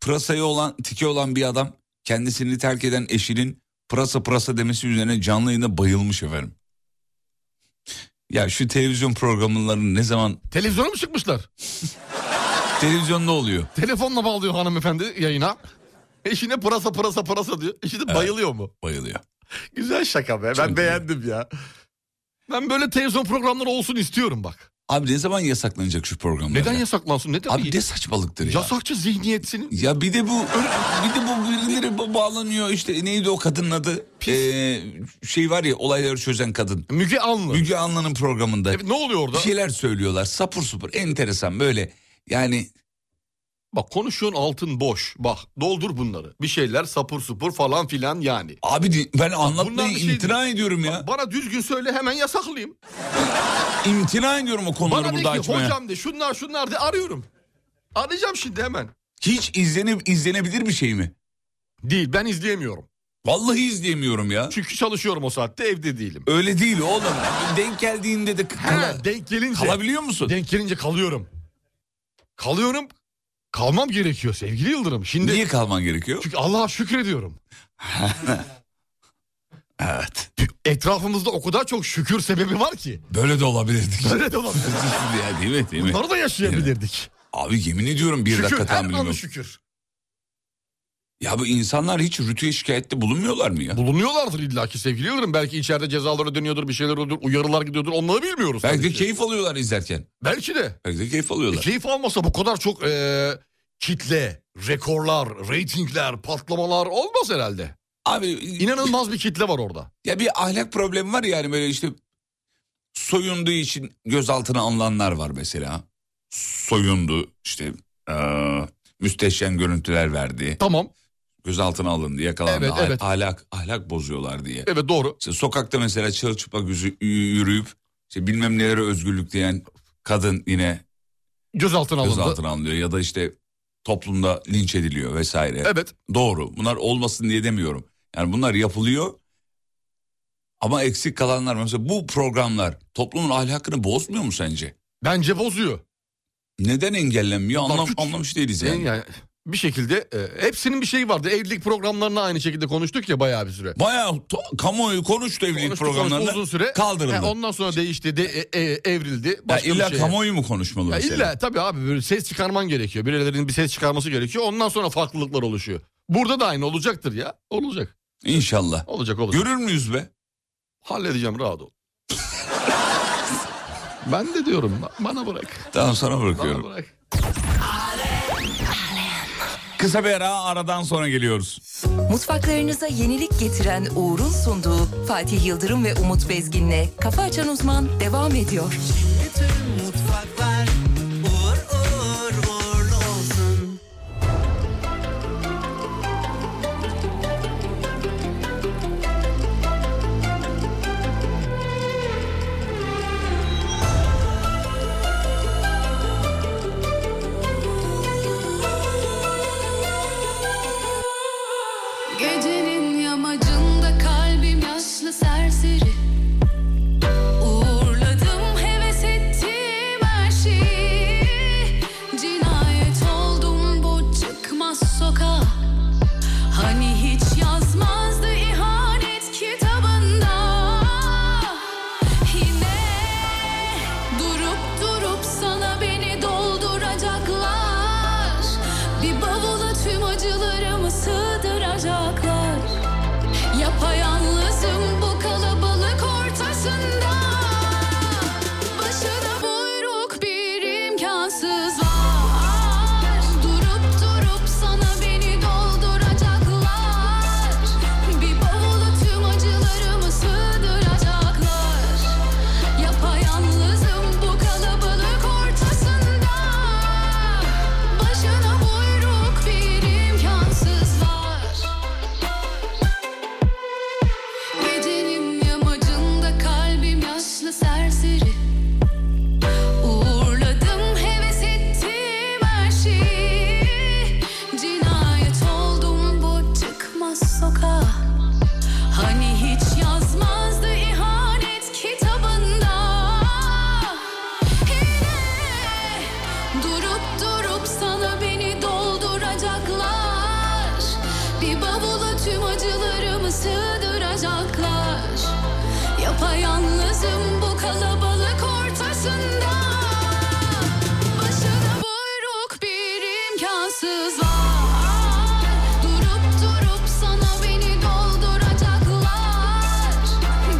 Speaker 5: pırasayı olan, tiki olan bir adam kendisini terk eden eşinin pırasa pırasa demesi üzerine canlı yayında bayılmış efendim. Ya şu televizyon programlarının ne zaman
Speaker 6: Televizyona mı çıkmışlar?
Speaker 5: <laughs> televizyonda oluyor?
Speaker 6: Telefonla bağlıyor hanımefendi yayına. Eşine pırasa pırasa pırasa diyor. Eşi de bayılıyor mu?
Speaker 5: Bayılıyor.
Speaker 6: Güzel şaka be. ben beğendim ya. Ben böyle televizyon programları olsun istiyorum bak.
Speaker 5: Abi ne zaman yasaklanacak şu programlar?
Speaker 6: Neden
Speaker 5: ya?
Speaker 6: yasaklansın? Neden?
Speaker 5: Abi ne saçmalıktır ya.
Speaker 6: Yasakçı zihniyetsinin
Speaker 5: Ya bir de bu bir de bu birileri bu bağlanıyor işte neydi o kadının adı? Ee, şey var ya olayları çözen kadın.
Speaker 6: Müge Anlı.
Speaker 5: Müge Anlı'nın programında
Speaker 6: Evet, ne oluyor
Speaker 5: bir
Speaker 6: orada?
Speaker 5: şeyler söylüyorlar. Sapur supur enteresan böyle yani
Speaker 6: Bak konuşuyorsun altın boş. Bak doldur bunları. Bir şeyler sapur supur falan filan yani.
Speaker 5: abi di- ben anlatmayı
Speaker 6: bir şey
Speaker 5: imtina ediyorum ya.
Speaker 6: Bana düzgün söyle hemen yasaklayayım.
Speaker 5: İmtina ediyorum o konuları
Speaker 6: Bana de ki
Speaker 5: burada açmaya.
Speaker 6: hocam de şunlar şunlar de arıyorum. Arayacağım şimdi hemen.
Speaker 5: Hiç izlenip izlenebilir bir şey mi?
Speaker 6: Değil ben izleyemiyorum.
Speaker 5: Vallahi izleyemiyorum ya.
Speaker 6: Çünkü çalışıyorum o saatte evde değilim.
Speaker 5: Öyle değil oğlum. Denk geldiğinde de kala-
Speaker 6: Ha, denk gelince.
Speaker 5: kalabiliyor musun?
Speaker 6: Denk gelince kalıyorum. Kalıyorum. Kalmam gerekiyor sevgili Yıldırım. Şimdi
Speaker 5: Niye kalman gerekiyor?
Speaker 6: çünkü Allah'a şükrediyorum.
Speaker 5: <laughs> Evet.
Speaker 6: Etrafımızda o kadar çok şükür sebebi var ki.
Speaker 5: Böyle de olabilirdik.
Speaker 6: Böyle de olabilir.
Speaker 5: ya değil mi? Değil mi?
Speaker 6: Bunları da yaşayabilirdik.
Speaker 5: Abi yemin ediyorum bir
Speaker 6: şükür
Speaker 5: dakika
Speaker 6: her
Speaker 5: tahammülüm
Speaker 6: anı
Speaker 5: yok.
Speaker 6: şükür.
Speaker 5: Ya bu insanlar hiç rütüye şikayette bulunmuyorlar mı ya?
Speaker 6: Bulunuyorlardır illaki sevgili Yıldırım. Belki içeride cezalara dönüyordur, bir şeyler olur, uyarılar gidiyordur. Onları bilmiyoruz.
Speaker 5: Belki
Speaker 6: tabii
Speaker 5: de
Speaker 6: ki.
Speaker 5: keyif alıyorlar izlerken.
Speaker 6: Belki de.
Speaker 5: Belki de keyif
Speaker 6: E,
Speaker 5: alıyorlar.
Speaker 6: keyif almasa bu kadar çok e, kitle, rekorlar, reytingler, patlamalar olmaz herhalde.
Speaker 5: Abi
Speaker 6: İnanılmaz bir kitle var orada.
Speaker 5: Ya bir ahlak problemi var yani böyle işte soyunduğu için gözaltına alınanlar var mesela. Soyundu işte eee müstehcen görüntüler verdi.
Speaker 6: Tamam.
Speaker 5: Gözaltına alındı yakalandı
Speaker 6: Evet,
Speaker 5: Ah-
Speaker 6: evet.
Speaker 5: ahlak ahlak bozuyorlar diye.
Speaker 6: Evet doğru.
Speaker 5: İşte sokakta mesela çırılçıplak yüzü, y- yürüyüp işte bilmem nelere özgürlük diyen kadın yine
Speaker 6: Gözaltına alındı.
Speaker 5: gözaltına alınıyor ya da işte toplumda linç ediliyor vesaire.
Speaker 6: Evet.
Speaker 5: Doğru. Bunlar olmasın diye demiyorum. Yani bunlar yapılıyor. Ama eksik kalanlar mesela bu programlar toplumun ahlakını bozmuyor mu sence?
Speaker 6: Bence bozuyor.
Speaker 5: Neden engellenmiyor?
Speaker 6: Bunlar
Speaker 5: Anlam,
Speaker 6: suç.
Speaker 5: anlamış değiliz yani.
Speaker 6: Ee, Yani, bir şekilde e, hepsinin bir şeyi vardı. Evlilik programlarına aynı şekilde konuştuk ya bayağı bir süre.
Speaker 5: Bayağı to- kamuoyu konuştu evlilik
Speaker 6: Konuştuk, konuştuk,
Speaker 5: programlarında.
Speaker 6: uzun süre.
Speaker 5: kaldırıldı.
Speaker 6: Ha, ondan sonra değişti, de, e, e, evrildi.
Speaker 5: Ya
Speaker 6: Başka
Speaker 5: illa
Speaker 6: bir şeye.
Speaker 5: kamuoyu mu konuşmalı
Speaker 6: Ya
Speaker 5: mesela?
Speaker 6: illa tabii abi böyle ses çıkarman gerekiyor. Birilerinin bir ses çıkarması gerekiyor. Ondan sonra farklılıklar oluşuyor. Burada da aynı olacaktır ya. Olacak.
Speaker 5: İnşallah.
Speaker 6: Olacak olacak.
Speaker 5: Görür müyüz be?
Speaker 6: Halledeceğim rahat
Speaker 5: <laughs>
Speaker 6: ol. ben de diyorum ba- bana bırak.
Speaker 5: Tamam sana
Speaker 6: Bana
Speaker 5: bırakıyorum.
Speaker 6: bırak.
Speaker 5: Kısa bir ara aradan sonra geliyoruz.
Speaker 9: Mutfaklarınıza yenilik getiren Uğur'un sunduğu Fatih Yıldırım ve Umut Bezgin'le Kafa Açan Uzman devam ediyor.
Speaker 10: Gecenin yamacında kalbim yaşlı serseri Uğurladım heves ettiğim her şeyi Cinayet oldum bu çıkmaz sokağa Hani hiç yazmazdı ihanet kitabında Yine durup durup sana beni dolduracaklar Bir bavula tüm acılarımı sığdıracaklar Yapayalnızım bu kalabalık ortasında Başına buyruk bir imkansız var Durup durup sana beni dolduracaklar Bir bavula tüm acılarımı sığdıracaklar Yapayalnızım bu kalabalık ortasında Başına buyruk bir imkansız var Gecenin yamacında kalbim yaşlı serseri Uğurladım heves ettiğim her şeyi Cinayet oldum bu çıkmaz sokağa Hani hiç yazmazdı ihanet kitabında Yine durup durup sana beni dolduracaklar Bir bavula tüm acılarımı sığdıracaklar Yapayalnızım bu kalabalık ortasında Başına buyruk bir imkansız var Durup durup sana beni dolduracaklar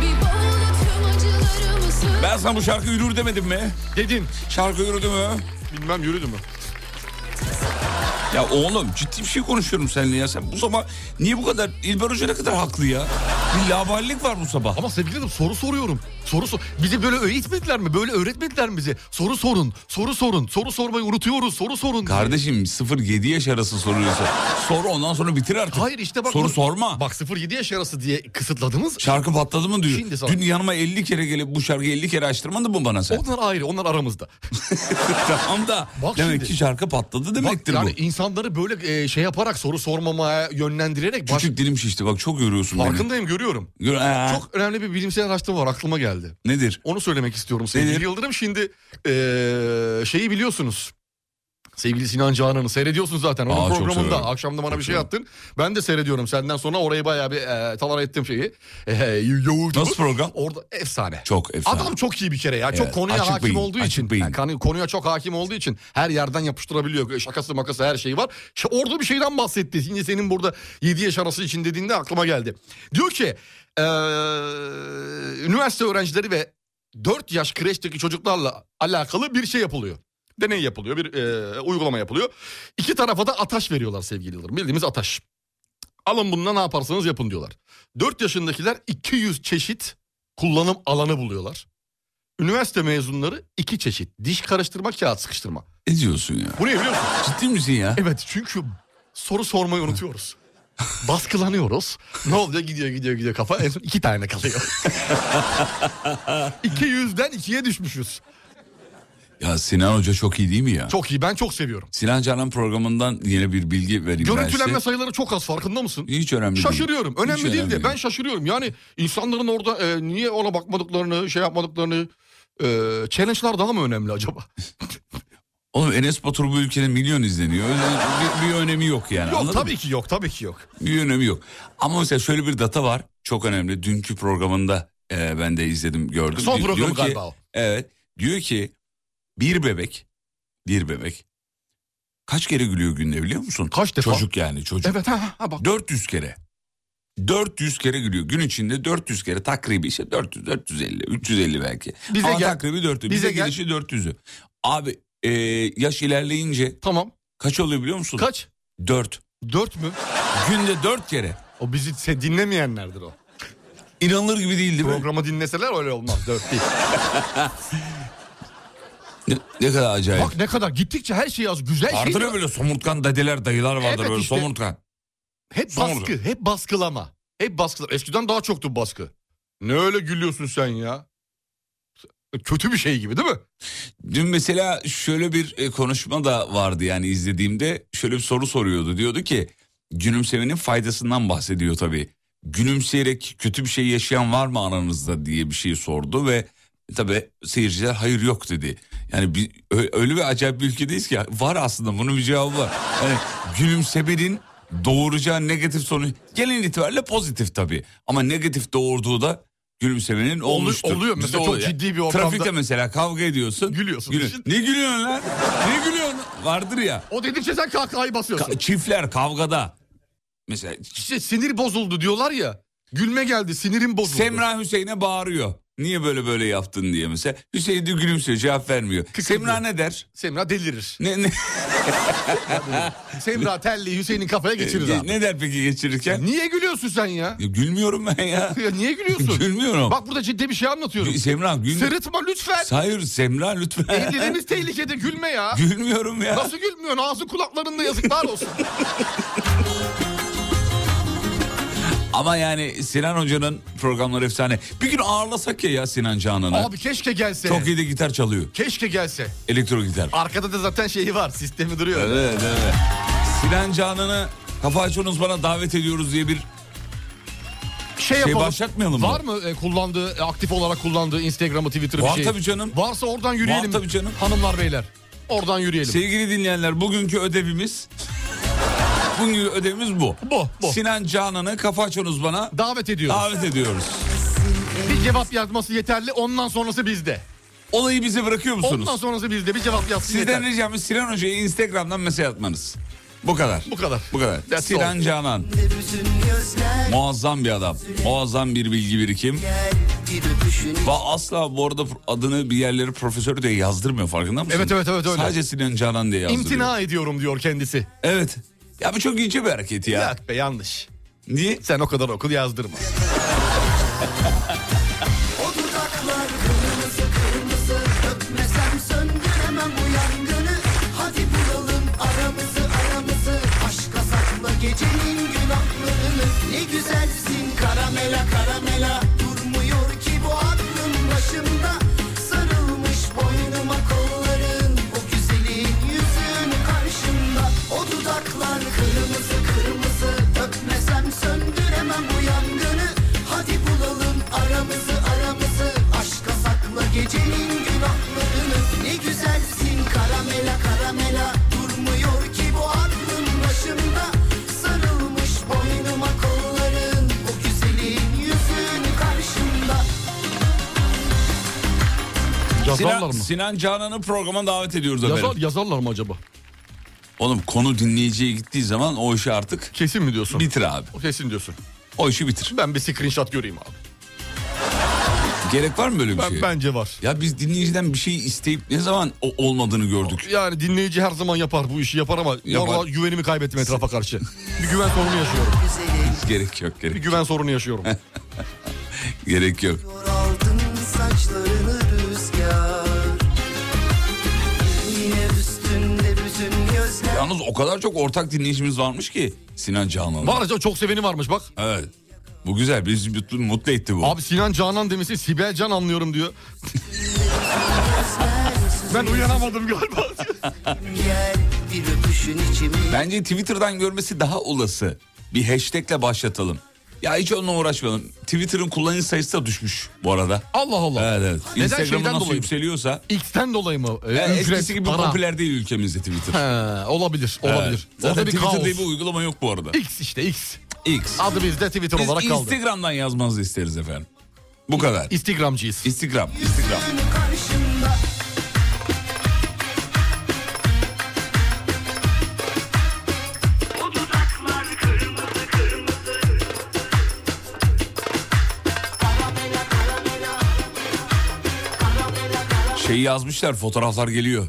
Speaker 10: Bir bavula tüm acılarımı sığdıracaklar
Speaker 5: Ben sana bu şarkı yürür demedim mi?
Speaker 6: Dedin.
Speaker 5: Şarkı yürüdü mü?
Speaker 6: Bilmem yürüdü mü?
Speaker 5: Ya oğlum ciddi bir şey konuşuyorum seninle ya. Sen bu sabah niye bu kadar İlber Hoca ne kadar haklı ya? Bir laballik var bu sabah.
Speaker 6: Ama sevgilim soru soruyorum. Soru sor. Bizi böyle öğretmediler mi? Böyle öğretmediler mi bize? Soru sorun. Soru sorun. Soru sormayı unutuyoruz. Soru sorun. diye.
Speaker 5: Kardeşim 0-7 yaş arası soruyorsa sor ondan sonra bitir artık.
Speaker 6: Hayır işte bak.
Speaker 5: Soru
Speaker 6: bu-
Speaker 5: sorma.
Speaker 6: Bak 0-7 yaş arası diye kısıtladınız.
Speaker 5: Şarkı patladı mı diyor.
Speaker 6: Şimdi sana-
Speaker 5: Dün yanıma 50 kere gelip bu şarkıyı 50 kere açtırmadın mı bana sen?
Speaker 6: Onlar ayrı. Onlar aramızda.
Speaker 5: <laughs> tamam da
Speaker 6: Bak
Speaker 5: demek
Speaker 6: şimdi.
Speaker 5: ki şarkı patladı demektir
Speaker 6: Bak,
Speaker 5: bu.
Speaker 6: yani insanları böyle e, şey yaparak soru sormamaya yönlendirerek baş...
Speaker 5: Küçük dilim şişti bak çok yoruyorsun beni.
Speaker 6: farkındayım görüyorum.
Speaker 5: Gör- Aa,
Speaker 6: Çok önemli bir bilimsel araştırma var aklıma geldi.
Speaker 5: Nedir?
Speaker 6: Onu söylemek istiyorum sevgili
Speaker 5: Nedir?
Speaker 6: Yıldırım. Şimdi e, şeyi biliyorsunuz. Sevgili Sinan Canan'ı seyrediyorsun zaten. Onun
Speaker 5: Aa, çok
Speaker 6: programında
Speaker 5: severim.
Speaker 6: akşamda bana
Speaker 5: Çok
Speaker 6: bir şey attın. Ben de seyrediyorum senden sonra orayı bayağı bir e, talan ettim şeyi. E, yoğurdu.
Speaker 5: Nasıl program?
Speaker 6: Orada efsane.
Speaker 5: Çok efsane.
Speaker 6: Adam çok iyi bir kere ya.
Speaker 5: Evet,
Speaker 6: Çok konuya
Speaker 5: açık
Speaker 6: hakim
Speaker 5: beyin,
Speaker 6: olduğu
Speaker 5: açık
Speaker 6: için.
Speaker 5: beyin.
Speaker 6: Yani konu- konuya çok hakim olduğu için her yerden yapıştırabiliyor. Şakası makası her şeyi var. İşte orada bir şeyden bahsetti. Şimdi senin burada 7 yaş arası için dediğinde aklıma geldi. Diyor ki eee, üniversite öğrencileri ve 4 yaş kreşteki çocuklarla alakalı bir şey yapılıyor. deney yapılıyor. Bir e, uygulama yapılıyor. İki tarafa da ataş veriyorlar sevgili Yıldırım. Bildiğimiz ataş. Alın bununla ne yaparsanız yapın diyorlar. 4 yaşındakiler 200 çeşit kullanım alanı buluyorlar. Üniversite mezunları iki çeşit. Diş karıştırma, kağıt sıkıştırma.
Speaker 5: Ne diyorsun ya?
Speaker 6: Bu ne biliyor musun?
Speaker 5: Ciddi misin ya?
Speaker 6: Evet çünkü soru sormayı
Speaker 5: <laughs>
Speaker 6: unutuyoruz. Baskılanıyoruz. Ne oluyor? Gidiyor gidiyor gidiyor kafa. En son iki tane
Speaker 5: <laughs>
Speaker 6: kalıyor. 200'den ikiye düşmüşüz.
Speaker 5: Ya Sinan Hoca çok iyi değil mi ya?
Speaker 6: Çok iyi ben çok seviyorum.
Speaker 5: Sinan Canan programından yine bir bilgi vereyim ben
Speaker 6: Görüntülenme
Speaker 5: size.
Speaker 6: sayıları çok az farkında mısın?
Speaker 5: Hiç önemli değil.
Speaker 6: Şaşırıyorum.
Speaker 5: Hiç
Speaker 6: Önemli değil
Speaker 5: önemli
Speaker 6: de ben şaşırıyorum. Yani insanların orada e, niye ona bakmadıklarını, şey yapmadıklarını... E, challenge'lar daha mı önemli acaba?
Speaker 5: Oğlum Enes Batur bu ülkede milyon izleniyor. O yüzden bir, bir önemi yok yani.
Speaker 6: yok
Speaker 5: anladın
Speaker 6: tabii
Speaker 5: mı?
Speaker 6: ki yok, tabii ki yok.
Speaker 5: Bir önemi yok. Ama mesela şöyle bir data var. Çok önemli. Dünkü programında e, ben de izledim gördüm.
Speaker 6: Son
Speaker 5: Di-
Speaker 6: programı
Speaker 5: diyor ki-
Speaker 6: galiba o.
Speaker 5: Evet. Diyor ki bir bebek bir bebek kaç kere gülüyor günde biliyor musun?
Speaker 6: Kaç defa?
Speaker 5: Çocuk yani çocuk.
Speaker 6: Evet ha, ha, ha bak.
Speaker 5: 400 kere. 400 kere gülüyor. Gün içinde 400 kere takribi işte 400, 450, 350 belki.
Speaker 6: Bize
Speaker 5: Ama
Speaker 6: gel.
Speaker 5: takribi 400.
Speaker 6: Bize
Speaker 5: Bize,
Speaker 6: gel.
Speaker 5: gelişi 400'ü. Abi e, yaş ilerleyince
Speaker 6: Tamam.
Speaker 5: kaç oluyor biliyor musun?
Speaker 6: Kaç?
Speaker 5: 4.
Speaker 6: Dört mü?
Speaker 5: Günde 4 kere.
Speaker 6: O bizi se- dinlemeyenlerdir o.
Speaker 5: İnanılır gibi değil değil mi?
Speaker 6: Programı dinleseler öyle olmaz. Dört
Speaker 5: <laughs>
Speaker 6: değil.
Speaker 5: Ne, ne kadar acayip.
Speaker 6: Bak ne kadar gittikçe her şey az güzel şey.
Speaker 5: Vardır ya böyle somurtkan dedeler dayılar vardır
Speaker 6: Evet
Speaker 5: böyle
Speaker 6: işte.
Speaker 5: somurtkan.
Speaker 6: Hep
Speaker 5: Sonra.
Speaker 6: baskı, hep baskılama. Hep baskılama. Eskiden daha çoktu baskı. Ne öyle gülüyorsun sen ya? Kötü bir şey gibi değil mi?
Speaker 5: Dün mesela şöyle bir e, konuşma da vardı yani izlediğimde şöyle bir soru soruyordu. Diyordu ki gülümsemenin faydasından bahsediyor tabii. Gülümseyerek kötü bir şey yaşayan var mı aranızda diye bir şey sordu ve tabii seyirciler hayır yok dedi. Yani bir, ö- öyle bir acayip bir ülkedeyiz ki var aslında bunun bir cevabı var. Yani gülümsemenin doğuracağı negatif sonuç genel itibariyle pozitif tabii. Ama negatif doğurduğu da gülümsemenin olmuştur.
Speaker 6: oluyor.
Speaker 5: Bizde
Speaker 6: Mesela çok
Speaker 5: oluyor.
Speaker 6: ciddi bir ortamda-
Speaker 5: Trafikte mesela kavga ediyorsun.
Speaker 6: Gülüyorsun.
Speaker 5: Gülü-
Speaker 6: Şimdi-
Speaker 5: Ne gülüyorsun lan? Ne gülüyorsun? Vardır ya.
Speaker 6: O dedikçe sen kahkahayı basıyorsun.
Speaker 5: Ka- çiftler kavgada. Mesela
Speaker 6: İşte sinir bozuldu diyorlar ya. Gülme geldi, sinirim bozuldu.
Speaker 5: Semra Hüseyin'e bağırıyor. Niye böyle böyle yaptın diye mesela. Hüseyin de gülümsüyor cevap vermiyor. Semra ne der?
Speaker 6: Semra delirir.
Speaker 5: Ne, ne,
Speaker 6: <laughs> Semra telli Hüseyin'in kafaya geçirir abi.
Speaker 5: ne der peki geçirirken?
Speaker 6: Niye gülüyorsun sen ya?
Speaker 5: Ya gülmüyorum ben ya.
Speaker 6: <laughs> Ya niye gülüyorsun?
Speaker 5: Gülmüyorum.
Speaker 6: Bak burada ciddi bir şey anlatıyorum.
Speaker 5: Gü- Semra gül...
Speaker 6: Sırıtma lütfen.
Speaker 5: <laughs> Hayır Semra lütfen.
Speaker 6: Evliliğimiz tehlikede gülme ya.
Speaker 5: gülmüyorum ya.
Speaker 6: Nasıl gülmüyorsun? Ağzı kulaklarında yazıklar
Speaker 5: <laughs>
Speaker 6: olsun.
Speaker 5: <laughs> Ama yani Sinan Hoca'nın programları efsane. Bir gün ağırlasak ya, ya Sinan Canan'ı.
Speaker 6: Abi keşke gelse.
Speaker 5: Çok iyi de gitar çalıyor.
Speaker 6: Keşke gelse.
Speaker 5: Elektro gitar.
Speaker 6: Arkada da zaten şeyi var. Sistemi duruyor.
Speaker 5: Evet evet. Sinan Canan'ı kafa açıyorsunuz bana davet ediyoruz diye bir
Speaker 6: Şey
Speaker 5: şey
Speaker 6: yapalım.
Speaker 5: başlatmayalım mı?
Speaker 6: var mı e, kullandığı, e, aktif olarak kullandığı Instagram'ı, Twitter'ı bir
Speaker 5: Var
Speaker 6: şey?
Speaker 5: tabii canım.
Speaker 6: Varsa oradan yürüyelim.
Speaker 5: Var tabii canım.
Speaker 6: Hanımlar, beyler. Oradan yürüyelim.
Speaker 5: Sevgili dinleyenler bugünkü ödevimiz bugünkü ödevimiz bu.
Speaker 6: Bu, bu.
Speaker 5: Sinan Canan'ı kafa açıyorsunuz bana
Speaker 6: Davet ediyoruz.
Speaker 5: davet ediyoruz.
Speaker 6: Bir cevap yazması yeterli. Ondan sonrası bizde.
Speaker 5: Olayı bize bırakıyor musunuz?
Speaker 6: Ondan sonrası bizde. Bir cevap yazsın
Speaker 5: Sizden
Speaker 6: yeter.
Speaker 5: ricamız Sinan Hoca'ya Instagram'dan mesaj atmanız. Bu kadar.
Speaker 6: Bu kadar.
Speaker 5: Bu kadar.
Speaker 6: That's
Speaker 5: Sinan
Speaker 6: all.
Speaker 5: Canan. Muazzam bir adam. Muazzam bir bilgi birikim. Ve asla bu arada adını bir yerlere profesör diye yazdırmıyor farkında mısın?
Speaker 6: Evet, evet, evet, öyle.
Speaker 5: Sadece Sinan Canan diye yazdırıyor.
Speaker 6: İmtina ediyorum diyor kendisi.
Speaker 5: Evet. Ya bu çok ince bir hareket ya.
Speaker 6: Yok be yanlış.
Speaker 5: Niye?
Speaker 6: Sen o kadar okul yazdırma. Yazarlar
Speaker 5: Sinan,
Speaker 6: mı?
Speaker 5: Sinan Canan'ı programa davet ediyoruz
Speaker 6: Yazar,
Speaker 5: efendim.
Speaker 6: yazarlar mı acaba?
Speaker 5: Oğlum konu dinleyiciye gittiği zaman o işi artık
Speaker 6: Kesin mi diyorsun?
Speaker 5: bitir abi.
Speaker 6: O Kesin diyorsun.
Speaker 5: O işi bitir.
Speaker 6: Ben bir screenshot göreyim abi.
Speaker 5: Gerek var mı böyle bir
Speaker 6: Ben,
Speaker 5: şey?
Speaker 6: Bence var.
Speaker 5: Ya biz dinleyiciden bir şey isteyip ne zaman o- olmadığını gördük.
Speaker 6: Yani dinleyici her zaman yapar bu işi yapar ama
Speaker 5: Yapar.
Speaker 6: valla güvenimi kaybettim etrafa karşı. bir güven sorunu yaşıyorum.
Speaker 5: Gerek yok
Speaker 6: Bir
Speaker 5: gerek.
Speaker 6: güven sorunu yaşıyorum.
Speaker 5: <laughs> Gerek yok.
Speaker 4: Aldın saçlarını rüzgar Yine üstünde bütün gözler
Speaker 5: Yalnız o kadar çok ortak dinleyicimiz varmış ki Sinan Canan'ın.
Speaker 6: var acaba çok seveni varmış bak.
Speaker 5: Evet. Bu güzel. Bizi mutlu, mutlu etti bu.
Speaker 6: Abi Sinan Canan demesi Sibel Can anlıyorum diyor. ben uyanamadım galiba.
Speaker 4: Gel bir öpüşün içimi
Speaker 5: Bence Twitter'dan görmesi daha olası. Bir hashtagle başlatalım. Ya hiç onunla uğraşmayalım. Twitter'ın kullanıcı sayısı da düşmüş bu arada.
Speaker 6: Allah Allah.
Speaker 5: Evet evet.
Speaker 6: Neden?
Speaker 5: Instagram'ın
Speaker 6: Şeyden
Speaker 5: nasıl
Speaker 6: dolayı mı?
Speaker 5: yükseliyorsa.
Speaker 6: X'ten dolayı mı? Ee,
Speaker 5: Yani
Speaker 6: ücret,
Speaker 5: eskisi gibi
Speaker 6: para.
Speaker 5: popüler değil ülkemizde Twitter.
Speaker 6: He, olabilir,
Speaker 5: Evet.
Speaker 6: olabilir.
Speaker 5: Zaten
Speaker 6: Orada bir
Speaker 5: Twitter
Speaker 6: kaos.
Speaker 5: diye bir uygulama yok bu arada.
Speaker 6: X işte X.
Speaker 5: X.
Speaker 6: Adı bizde Twitter
Speaker 5: Biz
Speaker 6: olarak kaldı.
Speaker 5: Instagram'dan yazmanızı isteriz efendim. Bu kadar.
Speaker 6: Instagramcıyız.
Speaker 5: Instagram, Instagram. Şeyi yazmışlar fotoğraflar geliyor.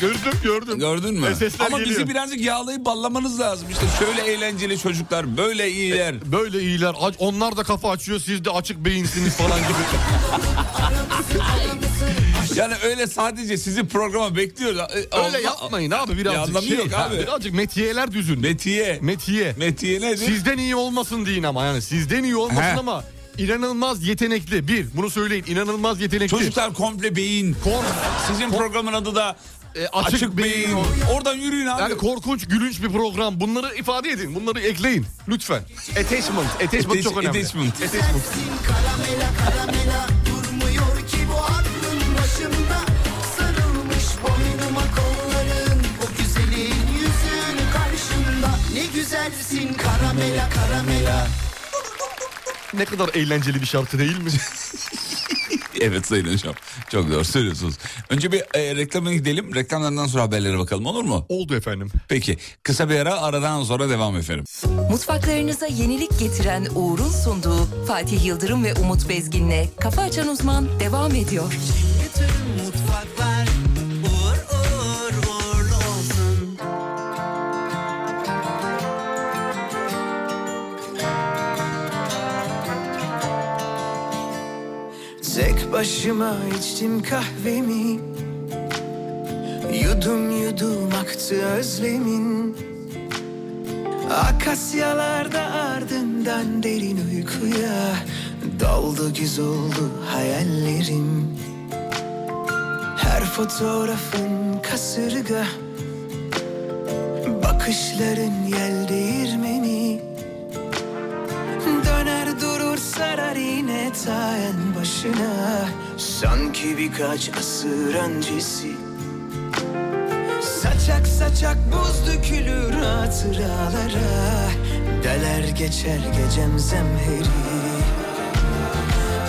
Speaker 6: Gördüm gördüm.
Speaker 5: Gördün mü?
Speaker 6: E, sesler
Speaker 5: Ama
Speaker 6: geliyor.
Speaker 5: bizi birazcık yağlayıp ballamanız lazım. İşte şöyle eğlenceli çocuklar, böyle iyiler.
Speaker 6: E, Böyle iyiler. aç- Onlar da kafa açıyor. Siz de açık beyinsiniz falan gibi.
Speaker 5: <laughs> Yani öyle sadece sizi programa bekliyorlar.
Speaker 6: Öyle yapmayın abi
Speaker 5: Ya
Speaker 6: birazcık. şey
Speaker 5: anlamı E, yok
Speaker 6: <laughs>
Speaker 5: abi.
Speaker 6: Birazcık metiyeler düzün.
Speaker 5: Metiye.
Speaker 6: Metiye.
Speaker 5: Metiye nedir?
Speaker 6: Sizden iyi olmasın deyin ama yani sizden iyi olmasın
Speaker 5: He.
Speaker 6: ama inanılmaz yetenekli. Bir bunu söyleyin inanılmaz yetenekli.
Speaker 5: Çocuklar komple beyin.
Speaker 6: Kork-
Speaker 5: Sizin programın adı da
Speaker 6: e,
Speaker 5: açık,
Speaker 6: açık,
Speaker 5: beyin.
Speaker 6: beyin.
Speaker 5: Oradan yürüyün abi.
Speaker 6: Yani korkunç gülünç bir program. Bunları ifade edin. Bunları ekleyin lütfen. Attachment. Attachment
Speaker 5: Ateş-
Speaker 6: çok önemli.
Speaker 5: attachment.
Speaker 6: Attachment.
Speaker 4: Karamela karamela durmuyor ki bu aklın başımda Sarılmış boynuma kolların o güzelin yüzün karşında Ne güzelsin karamela karamela
Speaker 6: Ne kadar eğlenceli bir şarkı değil mi?
Speaker 5: Evet sayın hocam. Çok doğru söylüyorsunuz. Önce bir e, reklama gidelim. Reklamlardan sonra haberlere bakalım olur mu?
Speaker 6: Oldu efendim.
Speaker 5: Peki. Kısa bir ara aradan sonra devam efendim.
Speaker 9: Mutfaklarınıza yenilik getiren Uğur'un sunduğu Fatih Yıldırım ve Umut Bezgin'le Kafa Açan Uzman devam ediyor.
Speaker 4: Mutfaklar uğur uğur uğurlu olsun
Speaker 11: Tek başıma içtim kahvemi Yudum yudum aktı özlemin Akasyalarda ardından derin uykuya Daldı güz oldu hayallerim Her fotoğrafın kasırga Bakışların yel değirmeni Döner durur sarar yine ta en başına Sanki birkaç asır öncesi Saçak saçak buz dökülür hatıralara Deler geçer gecem zemheri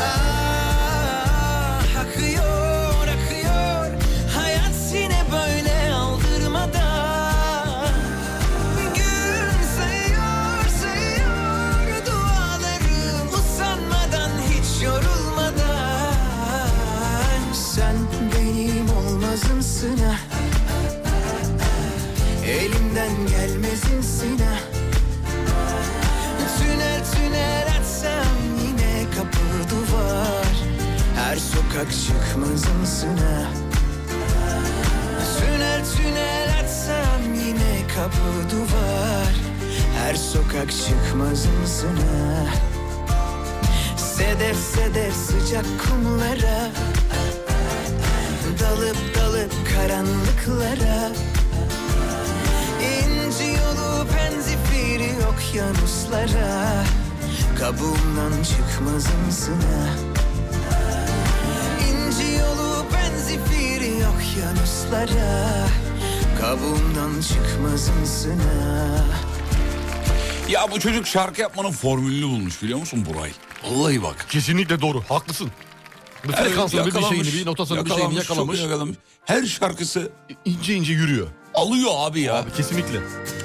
Speaker 11: Ah, akıyor akıyor Hayat yine böyle aldırmadan Gün sayıyor sayıyor dualarım Usanmadan hiç yorulmadan Sen benim olmazımsın ha Elimden gelmez insina Tünel tünel açsam yine kapı duvar Her sokak çıkmaz insina Tünel tünel açsam yine kapı duvar Her sokak çıkmaz insina Sedef sedef sıcak kumlara Dalıp dalıp karanlıklara İnci yolu penzifiri okyanuslara Kabuğumdan çıkmaz ımsına İnci yolu penzifiri okyanuslara Kabuğumdan çıkmaz ımsına
Speaker 5: Ya bu çocuk şarkı yapmanın formülünü bulmuş biliyor musun Buray? Vallahi bak.
Speaker 6: Kesinlikle doğru. Haklısın. Bir frekansını, bir
Speaker 5: yakalamış,
Speaker 6: şeyini, bir notasını, bir şeyini
Speaker 5: yakalamış,
Speaker 6: yakalamış.
Speaker 5: çok yakalamış. Her şarkısı
Speaker 6: İnce ince yürüyor.
Speaker 5: alıyor abi ya.
Speaker 6: Abi kesinlikle.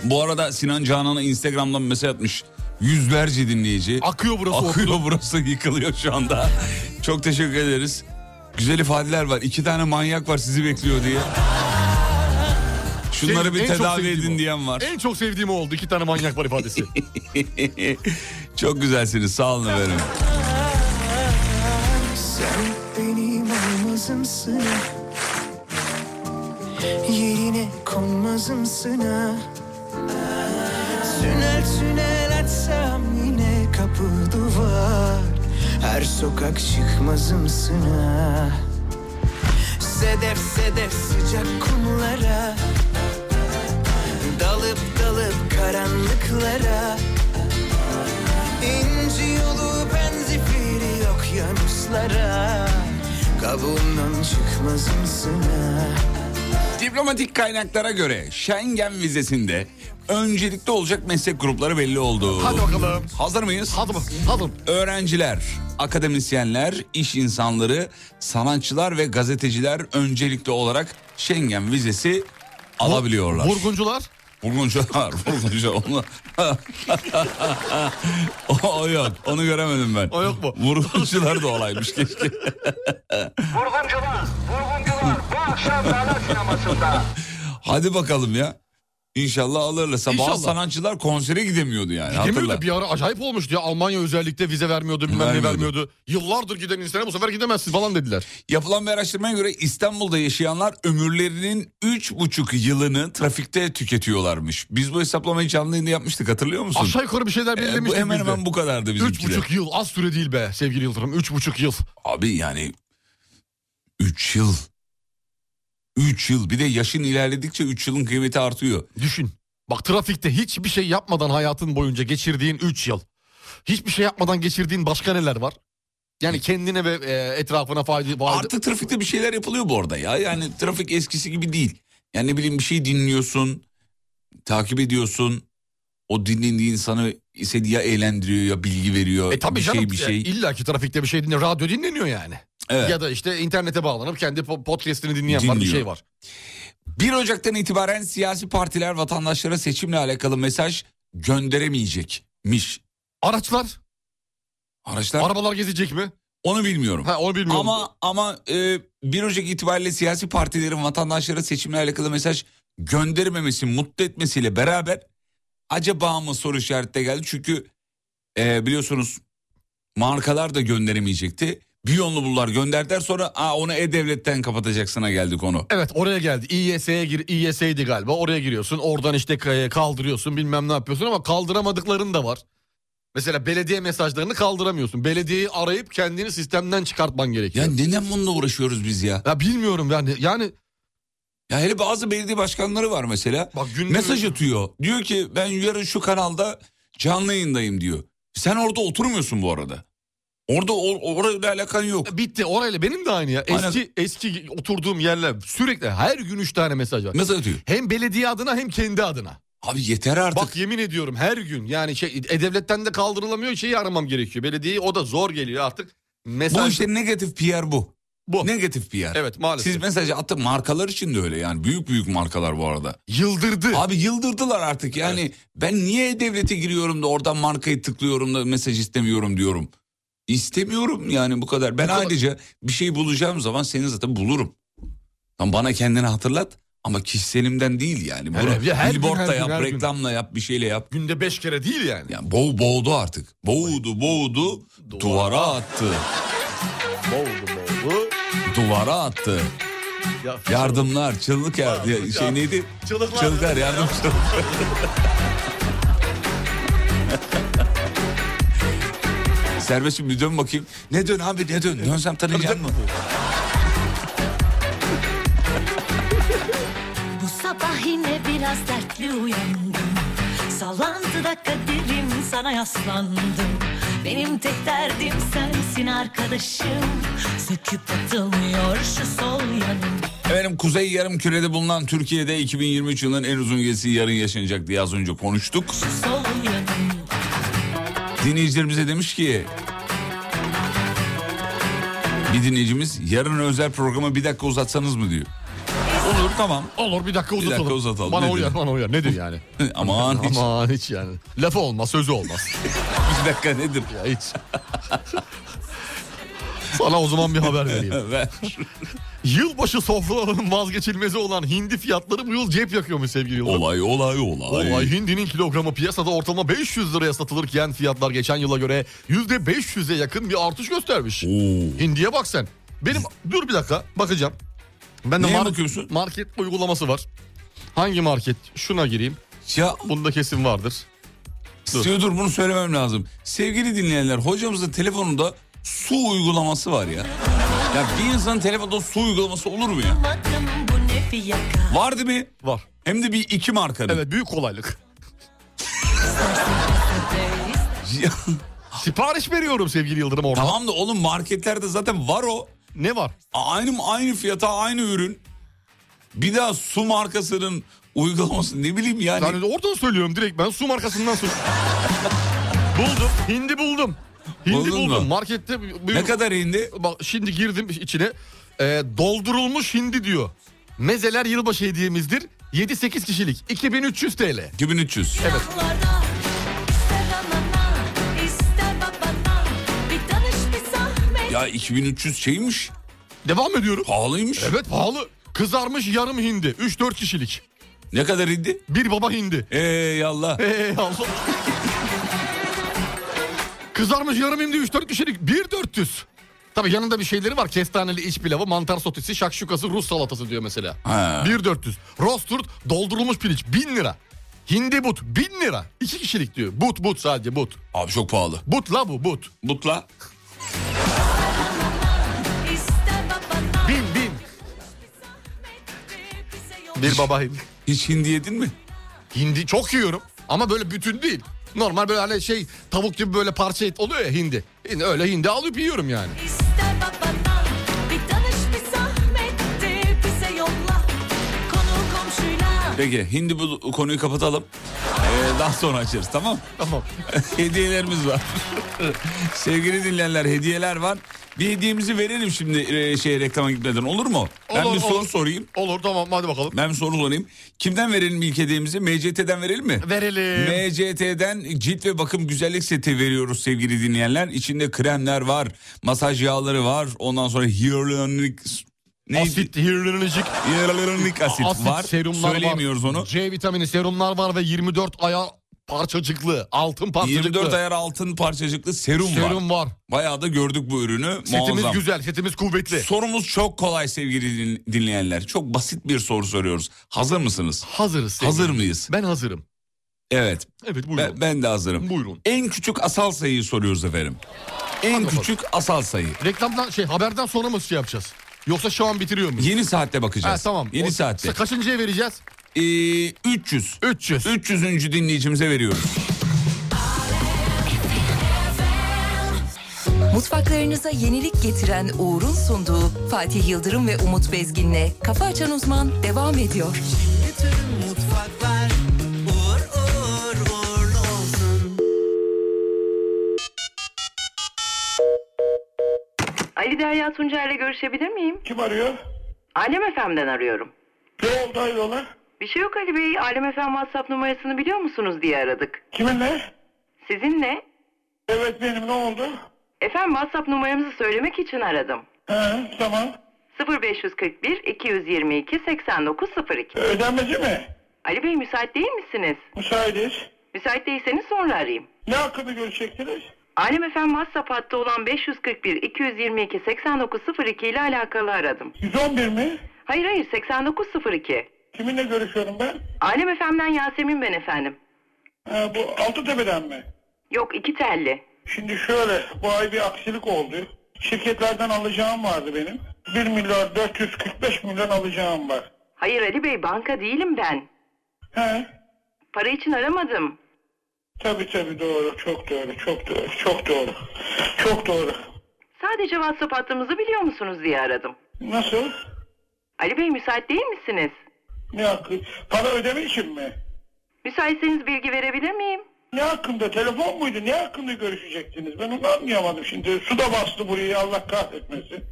Speaker 5: Bu arada Sinan Canan'a Instagram'dan mesaj atmış. Yüzlerce dinleyici.
Speaker 6: Akıyor burası.
Speaker 5: Akıyor burası yıkılıyor şu anda. Çok teşekkür ederiz. Güzel ifadeler var. İki tane manyak var sizi bekliyor diye. Şunları
Speaker 6: Şey,
Speaker 5: bir
Speaker 6: en çok
Speaker 5: tedavi
Speaker 6: sevdiğim
Speaker 5: edin
Speaker 6: o.
Speaker 5: diyen var.
Speaker 6: En çok sevdiğim o oldu. İki tane manyak var ifadesi.
Speaker 5: <laughs> Çok güzelsiniz. Sağ olun efendim.
Speaker 11: Sen benim olmazımsın Yerine konmazımsın ha Sünel sünel açsam yine kapı duvar Her sokak çıkmazımsın ha Sedef sedef sıcak kumlara Dalıp dalıp karanlıklara İnci yolu benzifiri yok yanuslara Kabuğundan çıkmazım sana
Speaker 5: Diplomatik kaynaklara göre Schengen vizesinde öncelikli olacak meslek grupları belli oldu.
Speaker 6: Hadi bakalım.
Speaker 5: Hazır mıyız?
Speaker 6: Hadi bak. Hadi.
Speaker 5: Öğrenciler, akademisyenler, iş insanları, sanatçılar ve gazeteciler öncelikli olarak Schengen vizesi alabiliyorlar.
Speaker 6: Vurguncular.
Speaker 5: <laughs> Vurguncular, vurguncular. Onu... o, o yok, onu göremedim ben.
Speaker 6: O yok mu?
Speaker 5: Vurguncular da olaymış keşke. <laughs>
Speaker 12: Vurguncular, vurguncular bu akşam Lala sinemasında.
Speaker 5: Hadi bakalım ya. İnşallah alırlarsa.
Speaker 6: İnşallah.
Speaker 5: Bazı sanatçılar konsere gidemiyordu yani. hatırla.
Speaker 6: Gidemiyordu bir ara acayip olmuştu ya. Almanya özellikle vize vermiyordu bilmem ne
Speaker 5: Vermiyordu.
Speaker 6: vermiyordu. Yıllardır giden insana bu sefer gidemezsin falan dediler.
Speaker 5: Yapılan bir araştırmaya göre İstanbul'da yaşayanlar ömürlerinin 3,5 yılını trafikte tüketiyorlarmış. Biz bu hesaplamayı canlı yayında yapmıştık hatırlıyor musun?
Speaker 6: Aşağı yukarı bir şeyler
Speaker 5: Ee,
Speaker 6: belirlemiştik
Speaker 5: bu hemen
Speaker 6: biz de.
Speaker 5: hemen bu kadardı
Speaker 6: Üç
Speaker 5: bizimkiler.
Speaker 6: buçuk yıl az süre değil be sevgili Yıldırım. Üç buçuk yıl.
Speaker 5: Abi yani 3 yıl. 3 yıl bir de yaşın ilerledikçe 3 yılın kıymeti artıyor.
Speaker 6: Düşün. Bak trafikte hiçbir şey yapmadan hayatın boyunca geçirdiğin 3 yıl. Hiçbir şey yapmadan geçirdiğin başka neler var? Yani kendine ve e, etrafına fayda... fayda-
Speaker 5: Artık trafikte bir şeyler yapılıyor bu arada ya. Yani trafik eskisi gibi değil. Yani ne bileyim bir şey dinliyorsun, takip ediyorsun. O dinlediği insanı ise ya eğlendiriyor ya bilgi veriyor.
Speaker 6: E tabii
Speaker 5: bir
Speaker 6: canım
Speaker 5: şey bir şey.
Speaker 6: illa ki trafikte bir şey dinliyor. Radyo dinleniyor yani.
Speaker 5: Evet.
Speaker 6: Ya da işte internete bağlanıp kendi po- podcastini dinleyen var bir
Speaker 5: Dinliyor.
Speaker 6: şey var.
Speaker 5: 1 Ocak'tan itibaren siyasi partiler vatandaşlara seçimle alakalı mesaj gönderemeyecekmiş.
Speaker 6: Araçlar,
Speaker 5: Araçlar
Speaker 6: arabalar gezecek mi?
Speaker 5: onu bilmiyorum.
Speaker 6: Ha onu bilmiyorum.
Speaker 5: Ama ama e, 1 Ocak itibariyle siyasi partilerin vatandaşlara seçimle alakalı mesaj göndermemesi, mutlu etmesiyle beraber acaba mı soru işareti de geldi. Çünkü e, biliyorsunuz markalar da gönderemeyecekti. Biyonlu bunlar gönderdiler sonra Aa, onu e-devletten kapatacaksına geldi konu.
Speaker 6: Evet oraya geldi. İYS'ye gir İYS'ydi galiba. Oraya giriyorsun. Oradan işte k- kaldırıyorsun. Bilmem ne yapıyorsun ama kaldıramadıkların da var. Mesela belediye mesajlarını kaldıramıyorsun. Belediyeyi arayıp kendini sistemden çıkartman
Speaker 5: Ya
Speaker 6: gerekiyor.
Speaker 5: neden bununla uğraşıyoruz biz ya?
Speaker 6: Ya bilmiyorum yani. Yani
Speaker 5: Ya hele bazı belediye başkanları var mesela.
Speaker 6: bak günde
Speaker 5: Mesaj atıyor. Diyor ki ben yarın şu kanalda canlı yayındayım diyor. Sen orada oturmuyorsun bu arada. Orada or- orayla alakan yok.
Speaker 6: bitti orayla benim de aynı ya. Eski
Speaker 5: Aynen.
Speaker 6: eski oturduğum yerler sürekli her gün üç tane mesaj var.
Speaker 5: Mesaj atıyor.
Speaker 6: Hem belediye adına hem kendi adına.
Speaker 5: Abi yeter artık.
Speaker 6: Bak yemin ediyorum her gün yani şey e-devletten de kaldırılamıyor şeyi aramam gerekiyor. Belediyeyi o da zor geliyor artık. Mesaj
Speaker 5: bu işte negatif PR bu.
Speaker 6: bu.
Speaker 5: Negatif PR.
Speaker 6: Evet maalesef.
Speaker 5: Siz mesajı attı markalar için de öyle yani büyük büyük markalar bu arada.
Speaker 6: Yıldırdı.
Speaker 5: Abi yıldırdılar artık yani ben niye devlete giriyorum da oradan markayı tıklıyorum da mesaj istemiyorum diyorum. İstemiyorum yani bu kadar. Ben
Speaker 6: kadar.
Speaker 5: ayrıca bir şey bulacağım zaman seni zaten bulurum. Tam bana kendini hatırlat ama kişiselimden değil yani. Bunu
Speaker 6: Evet, ya her gün,
Speaker 5: billboardla
Speaker 6: her gün,
Speaker 5: yap,
Speaker 6: her gün.
Speaker 5: reklamla yap, bir şeyle yap.
Speaker 6: Günde beş kere değil yani.
Speaker 5: Yani boğ, boğdu artık. Boğdu, boğdu,
Speaker 6: <laughs>
Speaker 5: duvara attı.
Speaker 6: Oldu oldu.
Speaker 5: Duvara attı.
Speaker 6: Ya,
Speaker 5: Yardımlar, çığlık yardı. ya- Şey neydi?
Speaker 6: Çığlıklar.
Speaker 5: Çılgar yardım çığlıklar. Serbestim bir dön bakayım. Ne dön abi ne dön? Dönsem tanıyacak mı?
Speaker 4: Bu sabah yine biraz dertli uyandım Sallantıda kaderim sana yaslandım Benim tek derdim sensin arkadaşım Söküp atılmıyor şu sol yanım
Speaker 5: Efendim Kuzey Yarımküre'de bulunan Türkiye'de 2023 yılının en uzun gecesi yarın yaşanacak diye az önce konuştuk.
Speaker 4: şu sol yanım
Speaker 5: Dinleyicilerimize demiş ki... Bir dinleyicimiz yarın özel programı bir dakika uzatsanız mı diyor. Olur tamam.
Speaker 6: Olur bir dakika uzatalım.
Speaker 5: dakika uzatalım.
Speaker 6: Bana
Speaker 5: Nedir?
Speaker 6: uyar bana uyar. Nedir yani?
Speaker 5: <laughs> Aman hiç
Speaker 6: Aman hiç yani. Lafı
Speaker 5: <laughs>
Speaker 6: olmaz sözü olmaz.
Speaker 5: bir dakika nedir?
Speaker 6: ya hiç. Sana o zaman bir haber
Speaker 5: <laughs>
Speaker 6: vereyim. Yılbaşı sofralarının vazgeçilmezi olan hindi fiyatları bu yıl cep yakıyormuş sevgili Yıldırım.
Speaker 5: Olay olay olay.
Speaker 6: Olay hindinin kilogramı piyasada ortalama 500 liraya satılırken fiyatlar geçen yıla göre %500'e yakın bir artış göstermiş. Hindiye bak sen. Benim dur bir dakika bakacağım. Ben de
Speaker 5: Neye
Speaker 6: mar- market uygulaması var. Hangi market? Şuna gireyim.
Speaker 5: Ya
Speaker 6: bunda kesin vardır.
Speaker 5: Dur. dur bunu söylemem lazım. Sevgili dinleyenler hocamızın telefonunda su uygulaması var ya. Ya bir insanın telefonda su uygulaması olur mu ya?
Speaker 4: bu ne fiyaka
Speaker 5: Var değil mi?
Speaker 6: Var.
Speaker 5: Hem de bir iki markanın.
Speaker 6: Evet büyük kolaylık. <laughs> Sipariş veriyorum sevgili Yıldırım orada.
Speaker 5: Tamam da oğlum marketlerde zaten var o.
Speaker 6: Ne var?
Speaker 5: Aynı aynı fiyata aynı ürün. Bir daha su markasının uygulaması ne bileyim yani.
Speaker 6: Yani oradan söylüyorum direkt ben su markasından
Speaker 5: <laughs>
Speaker 6: söylüyorum. buldum. Hindi buldum. Hindi
Speaker 5: Buldun
Speaker 6: buldum.
Speaker 5: mu?
Speaker 6: Markette.
Speaker 5: Ne kadar hindi?
Speaker 6: Bak şimdi girdim içine. Ee, doldurulmuş hindi diyor. Mezeler yılbaşı hediyemizdir. 7-8 kişilik. 2300 TL.
Speaker 5: 2300.
Speaker 6: Evet.
Speaker 5: Ya 2300 şeymiş.
Speaker 6: Devam ediyorum.
Speaker 5: Pahalıymış.
Speaker 6: Evet pahalı. Kızarmış yarım hindi. 3-4 kişilik.
Speaker 5: Ne kadar hindi?
Speaker 6: Bir baba hindi.
Speaker 5: Ey Allah.
Speaker 6: Ee, Allah. Kızarmış yarım hindi 3-4 kişilik 1-400. Tabii yanında bir şeyleri var. Kestaneli iç pilavı, mantar sotisi, şakşukası, Rus salatası diyor mesela.
Speaker 5: Ha.
Speaker 6: 1-400. Rostur doldurulmuş piliç 1000 lira. Hindi but 1000 lira. 2 kişilik diyor. But but sadece but.
Speaker 5: Abi çok pahalı.
Speaker 6: But la bu but.
Speaker 5: Butla.
Speaker 6: Bin bin. Bir baba hindi.
Speaker 5: Hiç hindi yedin mi?
Speaker 6: Hindi çok yiyorum ama böyle bütün değil. Normal böyle hani şey tavuk gibi böyle parça et oluyor ya hindi. Hindi- Öyle hindi alıp yiyorum yani.
Speaker 5: Peki hindi bu konuyu kapatalım. Ee, daha sonra açarız tamam
Speaker 6: Tamam.
Speaker 5: <laughs> Hediyelerimiz var. <laughs> Sevgili dinleyenler hediyeler var. Bir hediyemizi verelim şimdi e, şey reklama gitmeden olur mu? ben
Speaker 6: Olur,
Speaker 5: bir soru
Speaker 6: olur.
Speaker 5: sorayım.
Speaker 6: Olur tamam hadi bakalım.
Speaker 5: Ben bir soru sorayım. Kimden verelim ilk hediyemizi? MCT'den verelim mi?
Speaker 6: Verelim.
Speaker 5: MCT'den cilt ve bakım güzellik seti veriyoruz sevgili dinleyenler. İçinde kremler var, masaj yağları var. Ondan sonra hyaluronik neydi?
Speaker 6: Asit, hyaluronik
Speaker 5: Hyaluronik asit, var. Söyleyemiyoruz
Speaker 6: var.
Speaker 5: onu.
Speaker 6: C vitamini serumlar var ve 24 ayar parçacıklı, altın parçacıklı.
Speaker 5: 24 ayar altın parçacıklı serum, var.
Speaker 6: serum var.
Speaker 5: Bayağı da gördük bu ürünü.
Speaker 6: Setimiz
Speaker 5: Muazzam.
Speaker 6: güzel, setimiz kuvvetli.
Speaker 5: Sorumuz çok kolay sevgili din- dinleyenler. Çok basit bir soru soruyoruz. Hazır mısınız?
Speaker 6: Hazırız. sevgili.
Speaker 5: Hazır mıyız?
Speaker 6: Ben hazırım.
Speaker 5: Evet.
Speaker 6: Evet buyurun.
Speaker 5: Ben, ben de hazırım.
Speaker 6: Buyurun.
Speaker 5: En küçük asal sayıyı soruyoruz efendim. En
Speaker 6: bakalım.
Speaker 5: küçük asal sayı.
Speaker 6: Reklamdan şey haberden sonra mı şey yapacağız? Yoksa şu an bitiriyor muyuz?
Speaker 5: Yeni saatte bakacağız.
Speaker 6: Ha, tamam.
Speaker 5: Yeni
Speaker 6: O-
Speaker 5: saatte.
Speaker 6: Kaçıncıya vereceğiz?
Speaker 5: Ee, 300.
Speaker 6: 300.
Speaker 5: 300. dinleyicimize veriyoruz.
Speaker 9: Mutfaklarınıza yenilik getiren Uğur'un sunduğu Fatih Yıldırım ve Umut Bezgin'le Kafa Açan Uzman devam ediyor.
Speaker 4: Mutfaklar uğur uğur uğurlu olsun.
Speaker 13: Ali Derya Tuncer'le görüşebilir miyim?
Speaker 2: Kim arıyor?
Speaker 13: Alem Efem'den arıyorum.
Speaker 2: Ne oldu hayrola?
Speaker 13: Bir şey yok Ali Bey. Alem Efem WhatsApp numarasını biliyor musunuz diye aradık.
Speaker 2: Kiminle?
Speaker 13: Sizinle.
Speaker 2: Evet benim ne oldu?
Speaker 13: Efendim WhatsApp numaramızı söylemek için aradım.
Speaker 2: He tamam.
Speaker 13: 0541 222 8902.
Speaker 2: Ödenmesi mi?
Speaker 13: Ali Bey müsait değil misiniz?
Speaker 2: Müsaitiz.
Speaker 13: Müsait değilseniz sonra arayayım.
Speaker 2: Ne hakkında görüşecektiniz?
Speaker 13: Alem Efem WhatsApp hattı olan 541 222 8902 ile alakalı aradım.
Speaker 2: 111 mi?
Speaker 13: Hayır hayır 8902.
Speaker 2: Kiminle görüşüyorum ben?
Speaker 13: Alem Efem'den Yasemin ben efendim.
Speaker 2: He, bu Altıtepe'den mi?
Speaker 13: Yok iki telli.
Speaker 2: Şimdi şöyle bu ay bir aksilik oldu. Şirketlerden alacağım vardı benim. 1 milyar 445 milyon alacağım var.
Speaker 13: Hayır Ali Bey banka değilim ben.
Speaker 2: He.
Speaker 13: Para için aramadım.
Speaker 2: Tabii tabii doğru. Çok doğru. Çok doğru. Çok doğru. Çok doğru.
Speaker 13: Sadece WhatsApp hattımızı biliyor musunuz diye aradım.
Speaker 2: Nasıl?
Speaker 13: Ali Bey müsait değil misiniz?
Speaker 2: Ne hakkı? Para ödeme için mi?
Speaker 13: Müsaitseniz bilgi verebilir miyim?
Speaker 2: Ne hakkında? Telefon muydu? Ne hakkında görüşecektiniz? Ben onu anlayamadım şimdi. Su da bastı burayı Allah kahretmesin.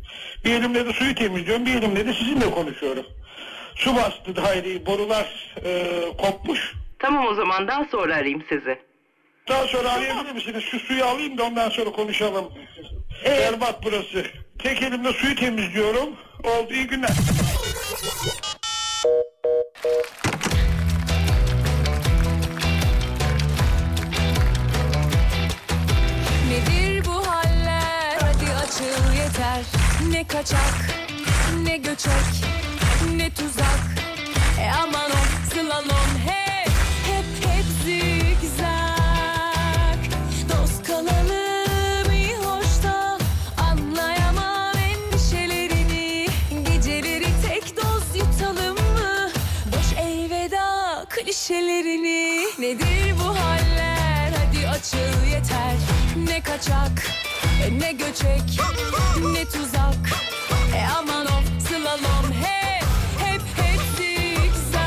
Speaker 2: Bir elimle de suyu temizliyorum, bir elimle de sizinle konuşuyorum. Su bastı daireyi, borular e, kopmuş.
Speaker 13: Tamam o zaman daha sonra arayayım sizi.
Speaker 2: Daha sonra arayabilir misiniz? Şu suyu alayım da ondan sonra konuşalım. Berbat burası.
Speaker 13: Tek elimde suyu temizliyorum. Oldu iyi günler.
Speaker 4: Nedir bu haller? Hadi açıl yeter. Ne kaçak, ne göçek, ne tuzak. E aman o slalom hep, hep hep zigzag. Dost kalalım iyi hoştan. Anlayamam endişelerini. Geceleri tek doz yutalım mı? Boş elveda klişelerini. Nedir bu haller? Hadi açıl yeter. Ne kaçak, e, ne göçek, ne tuzak. E aman of slalom hep, hep hep zigzag.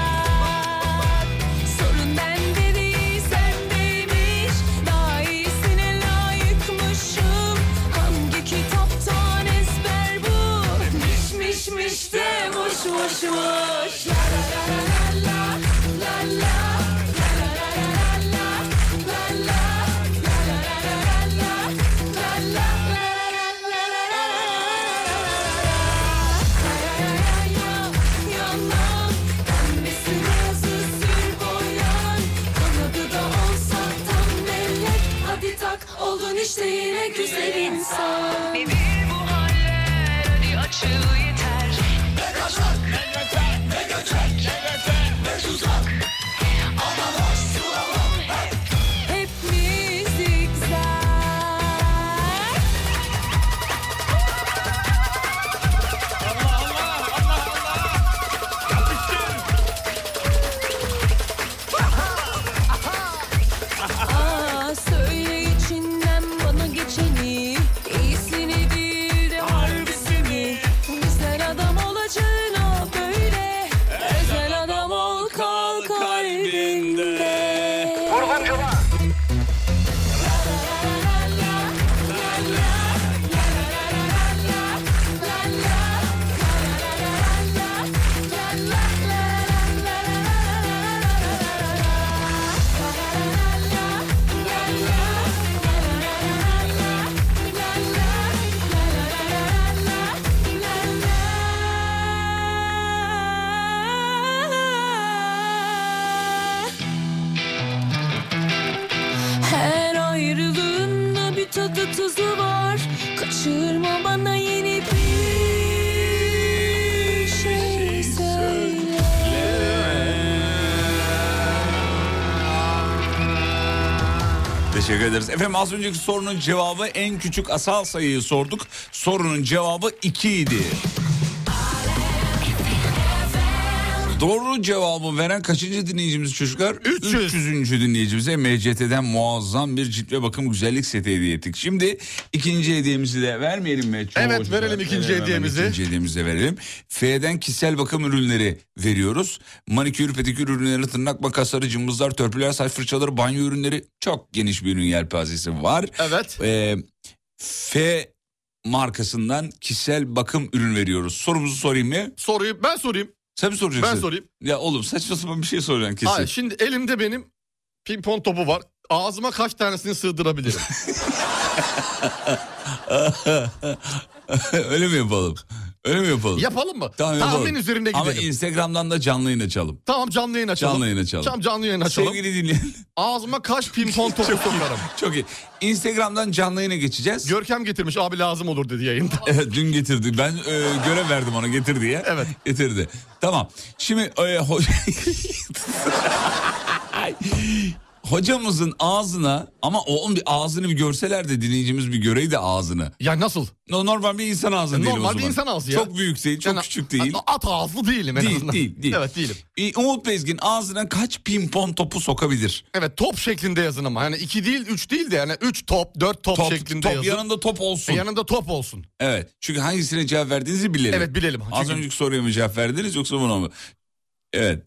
Speaker 4: Sorun bende değil sendeymiş. Daha iyisine layıkmışım. Hangi kitaptan ezber bu? Miş miş miş de vuş vuş vuş. La la la la la la la la. Yalan, pembesi nazı sür boyan Kanadı da olsa tam melek Hadi tak olun işte yine güzel insan Nedir bu haller hadi açıl yeter Ne kaçak ne kaçak ne göçek ne göçek ne tuzak Ananas sıralam hep Hep mi zigzag Aa, söyle içinden bana geçeni İyisini değil de harbisini Güzel adam olacağına böyle Özel adam ol kal kalbinde Vurguncular Her ayrılığında bir tadı tuzu var Kaçırma bana yeni bir şey söyle
Speaker 5: Teşekkür ederiz. Efendim az önceki sorunun cevabı en küçük asal sayıyı sorduk. Sorunun cevabı 2 idi. Doğru cevabı veren kaçıncı dinleyicimiz çocuklar? 300. 300. dinleyicimize MCT'den muazzam bir cilt ve bakım güzellik seti hediye ettik. Şimdi ikinci hediyemizi de vermeyelim mi? Çoğu
Speaker 6: Evet,
Speaker 5: çocuklar.
Speaker 6: verelim ikinci
Speaker 5: hemen
Speaker 6: hediyemizi.
Speaker 5: ikinci hediyemizi de verelim. F'den kişisel bakım ürünleri veriyoruz. Manikür, pedikür ürünleri, tırnak makasları, cımbızlar, törpüler, saç fırçaları, banyo ürünleri. Çok geniş bir ürün yelpazesi var. Ee,
Speaker 6: Evet.
Speaker 5: F markasından kişisel bakım ürün veriyoruz. Sorumuzu sorayım mı?
Speaker 6: Sorayım ben sorayım.
Speaker 5: Sen mi soracaksın?
Speaker 6: Ben sorayım.
Speaker 5: Ya oğlum saçma sapan bir şey soracaksın kesin.
Speaker 6: Hayır, şimdi elimde benim pimpon topu var. Ağzıma kaç tanesini
Speaker 5: <laughs>
Speaker 6: sığdırabilirim?
Speaker 5: <laughs> Öyle mi yapalım? Öyle mi yapalım?
Speaker 6: Yapalım mı? Tahmin
Speaker 5: Tamam, yapalım.
Speaker 6: üzerine
Speaker 5: Ama
Speaker 6: gidelim.
Speaker 5: Instagram'dan da canlı yayın açalım.
Speaker 6: tamam canlı yayın açalım.
Speaker 5: Canlı yayın açalım.
Speaker 6: Tamam canlı yayın açalım.
Speaker 5: Sevgili dinleyen.
Speaker 6: Ağzıma kaç pimpon topu sokarım?
Speaker 5: <laughs> Çok iyi. Instagram'dan canlı yayına geçeceğiz.
Speaker 6: Görkem getirmiş abi lazım olur dedi yayında.
Speaker 5: <laughs> Evet dün getirdi. Ben e, görev verdim ona getir diye. Evet. Getirdi. Tamam. Şimdi e, ho- <laughs> Ay. hocamızın ağzına ama oğlum bir ağzını bir görseler de dinleyicimiz bir göreydi ağzını.
Speaker 6: Ya nasıl?
Speaker 5: No, normal bir insan ağzı değil o
Speaker 6: Normal bir
Speaker 5: zaman.
Speaker 6: insan ağzı ya.
Speaker 5: Çok büyük değil, çok
Speaker 6: Yani
Speaker 5: küçük değil.
Speaker 6: At ağızlı değilim en
Speaker 5: değil,
Speaker 6: azından.
Speaker 5: Değil, değil.
Speaker 6: Evet değilim.
Speaker 5: E, Umut Bezgin ağzına kaç pimpon topu sokabilir?
Speaker 6: Evet top şeklinde yazın ama. Yani iki değil üç değil de yani üç top dört top,
Speaker 5: Top-
Speaker 6: şeklinde
Speaker 5: top,
Speaker 6: yazın.
Speaker 5: yanında top olsun.
Speaker 6: E, yanında top olsun.
Speaker 5: Evet. Çünkü hangisine cevap verdiğinizi bilelim.
Speaker 6: Evet, bilelim.
Speaker 5: Az
Speaker 6: Çünkü-
Speaker 5: önceki soruya mı cevap verdiniz yoksa buna mı? Evet.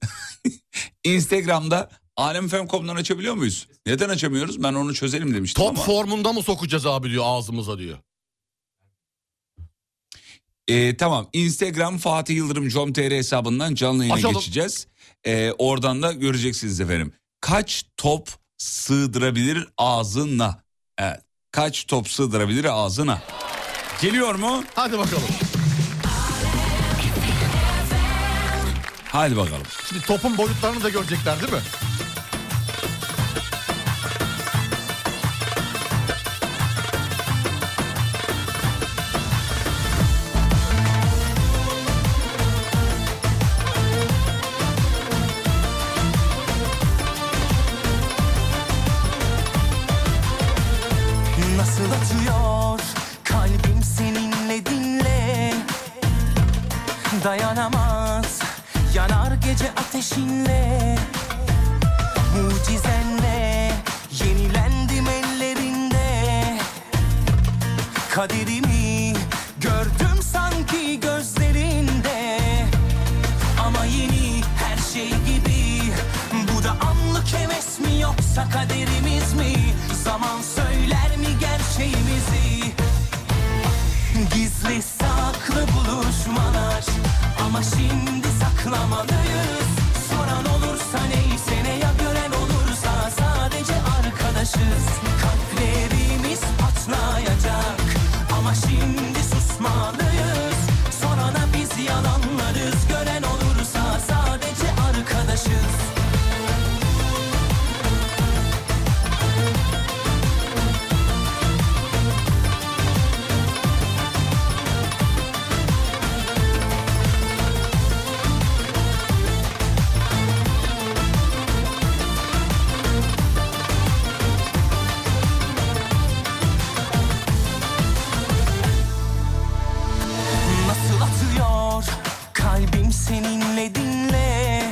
Speaker 5: <laughs> Instagram'da alemfem.com'dan açabiliyor muyuz? Neden açamıyoruz? Ben onu çözelim demiştim
Speaker 6: Top
Speaker 5: ama.
Speaker 6: formunda mı sokacağız abi diyor ağzımıza diyor.
Speaker 5: Ee, tamam. Instagram Fatih Yıldırım com.tr hesabından canlı yayına
Speaker 6: Açalım.
Speaker 5: geçeceğiz. Ee, oradan da göreceksiniz efendim. Kaç top sığdırabilir ağzına? Evet. Kaç top sığdırabilir ağzına? Geliyor mu?
Speaker 6: Hadi bakalım.
Speaker 5: Hadi bakalım.
Speaker 6: Şimdi topun boyutlarını da görecekler değil mi?
Speaker 14: Nasıl atıyor kalbim seninle dinle Dayanamaz yanar gece ateşinle Mucizenle yenilendim ellerinde Kaderimi gördüm sanki gözlerinde Ama yeni her şey gibi Bu da anlık heves mi yoksa kaderimiz mi Zaman söyler mi gerçeğimizi Gizli saklı buluşmalar Ama şimdi saklamalıyız Soran olursa neyse ne ya gören olursa Sadece arkadaşız Kalplerimiz patlayacak Ama şimdi susmalıyız Sorana biz yalanlarız Gören olursa sadece arkadaşız Nasıl atıyor kalbim seninle dinle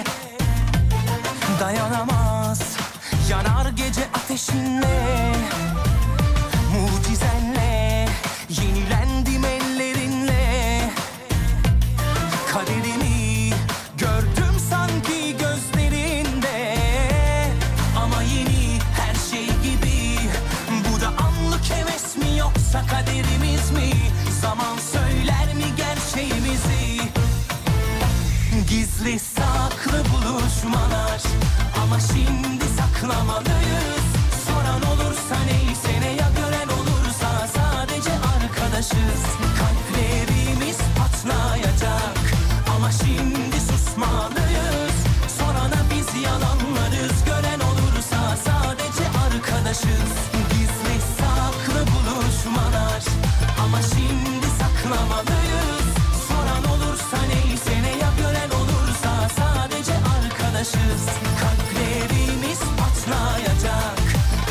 Speaker 14: Dayanamaz yanar gece ateşinle Mucizenle yenilendim ellerinle Kaderimi gördüm sanki gözlerinde Ama yeni her şey gibi Bu da anlık heves mi yoksa kaderimiz mi Zaman söyler mi gerçeğimizi Gizli saklı buluşmalar Ama şimdi saklamalıyız Soran olursa neyse ne ya gören olursa Sadece arkadaşız Kalplerimiz patlayacak Ama şimdi susmalıyız Sorana biz yalanlarız Gören olursa sadece arkadaşız Gizli saklı buluşmalar Ama şimdi saklamalıyız Soran olursa neyse ne ya gören olursa Sadece arkadaşız Kalplerimiz patlayacak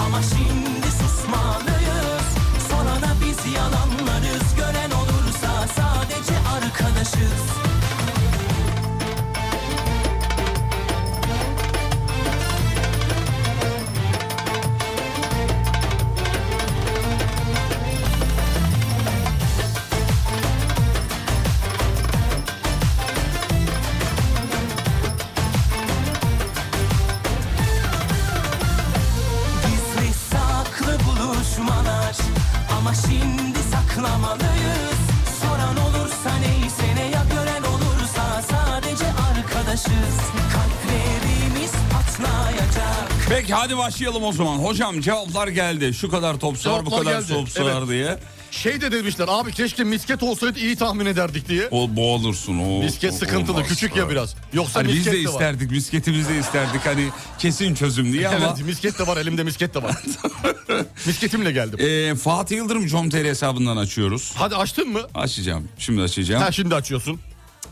Speaker 14: Ama şimdi susmalıyız Sorana biz yalanlarız Gören olursa sadece arkadaşız Gizli saklı buluşmalar Ama şimdi saklamalıyız Soran olursa neyse ne ya gören olursa Sadece arkadaşız Kalplerimiz patlayacak
Speaker 5: Peki hadi başlayalım o zaman. Hocam cevaplar geldi. Şu kadar top sığar bu
Speaker 6: Cevaplar
Speaker 5: kadar
Speaker 6: geldi.
Speaker 5: top sığar
Speaker 6: Evet.
Speaker 5: diye.
Speaker 6: Şey de demişler abi keşke misket olsaydı iyi tahmin ederdik diye.
Speaker 5: O boğulursun. O,
Speaker 6: Misket
Speaker 5: o-
Speaker 6: sıkıntılı,
Speaker 5: olmaz.
Speaker 6: küçük ya biraz. Yoksa
Speaker 5: hani biz
Speaker 6: misket
Speaker 5: de
Speaker 6: de var.
Speaker 5: isterdik, misketimiz de isterdik. Hani kesin çözüm diye ama.
Speaker 6: Evet misket de var elimde misket
Speaker 5: <laughs>
Speaker 6: de var. <laughs> Misketimle geldim.
Speaker 5: Ee, Fatih Yıldırım com.tr hesabından açıyoruz.
Speaker 6: Hadi açtın mı?
Speaker 5: Açacağım. Şimdi açacağım.
Speaker 6: Ha şimdi açıyorsun.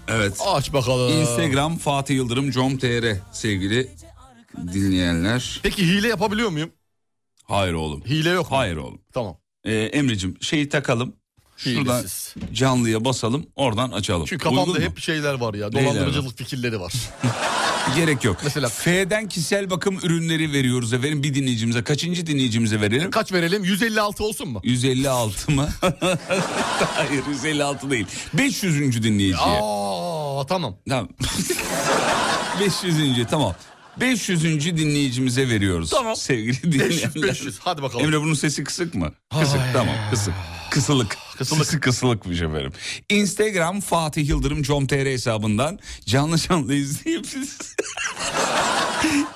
Speaker 5: Evet.
Speaker 6: Aç bakalım.
Speaker 5: Instagram Fatih Yıldırım com.tr sevgili dinleyenler.
Speaker 6: Peki hile yapabiliyor muyum?
Speaker 5: Hayır oğlum.
Speaker 6: Hile yok.
Speaker 5: Hayır oğlum.
Speaker 6: Tamam.
Speaker 5: Ee, Emre'cim şeyi takalım. Şuradan
Speaker 6: Hilesiz.
Speaker 5: canlıya basalım oradan açalım.
Speaker 6: Çünkü kafamda
Speaker 5: Uygun mu?
Speaker 6: hep şeyler var ya.
Speaker 5: Neyler
Speaker 6: Dolandırıcılık fikirleri var.
Speaker 5: Gerek yok. Mesela F'den kişisel bakım ürünleri veriyoruz efendim bir dinleyicimize. Kaçıncı dinleyicimize verelim?
Speaker 6: Kaç verelim? 156 olsun mu?
Speaker 5: 156 mı? <laughs> Hayır 156 değil. 500. dinleyiciye.
Speaker 6: Aa tamam.
Speaker 5: Tamam. <laughs> 500. tamam. 500. dinleyicimize veriyoruz.
Speaker 6: Tamam.
Speaker 5: Sevgili
Speaker 6: 500,
Speaker 5: dinleyenler.
Speaker 6: 500. Hadi bakalım.
Speaker 5: Emre bunun sesi kısık mı? Kısık tamam kısık. Kısılık. Kısılık. Sesi kısılıkmış efendim. Instagram Fatih Yıldırım com.tr hesabından canlı canlı izleyip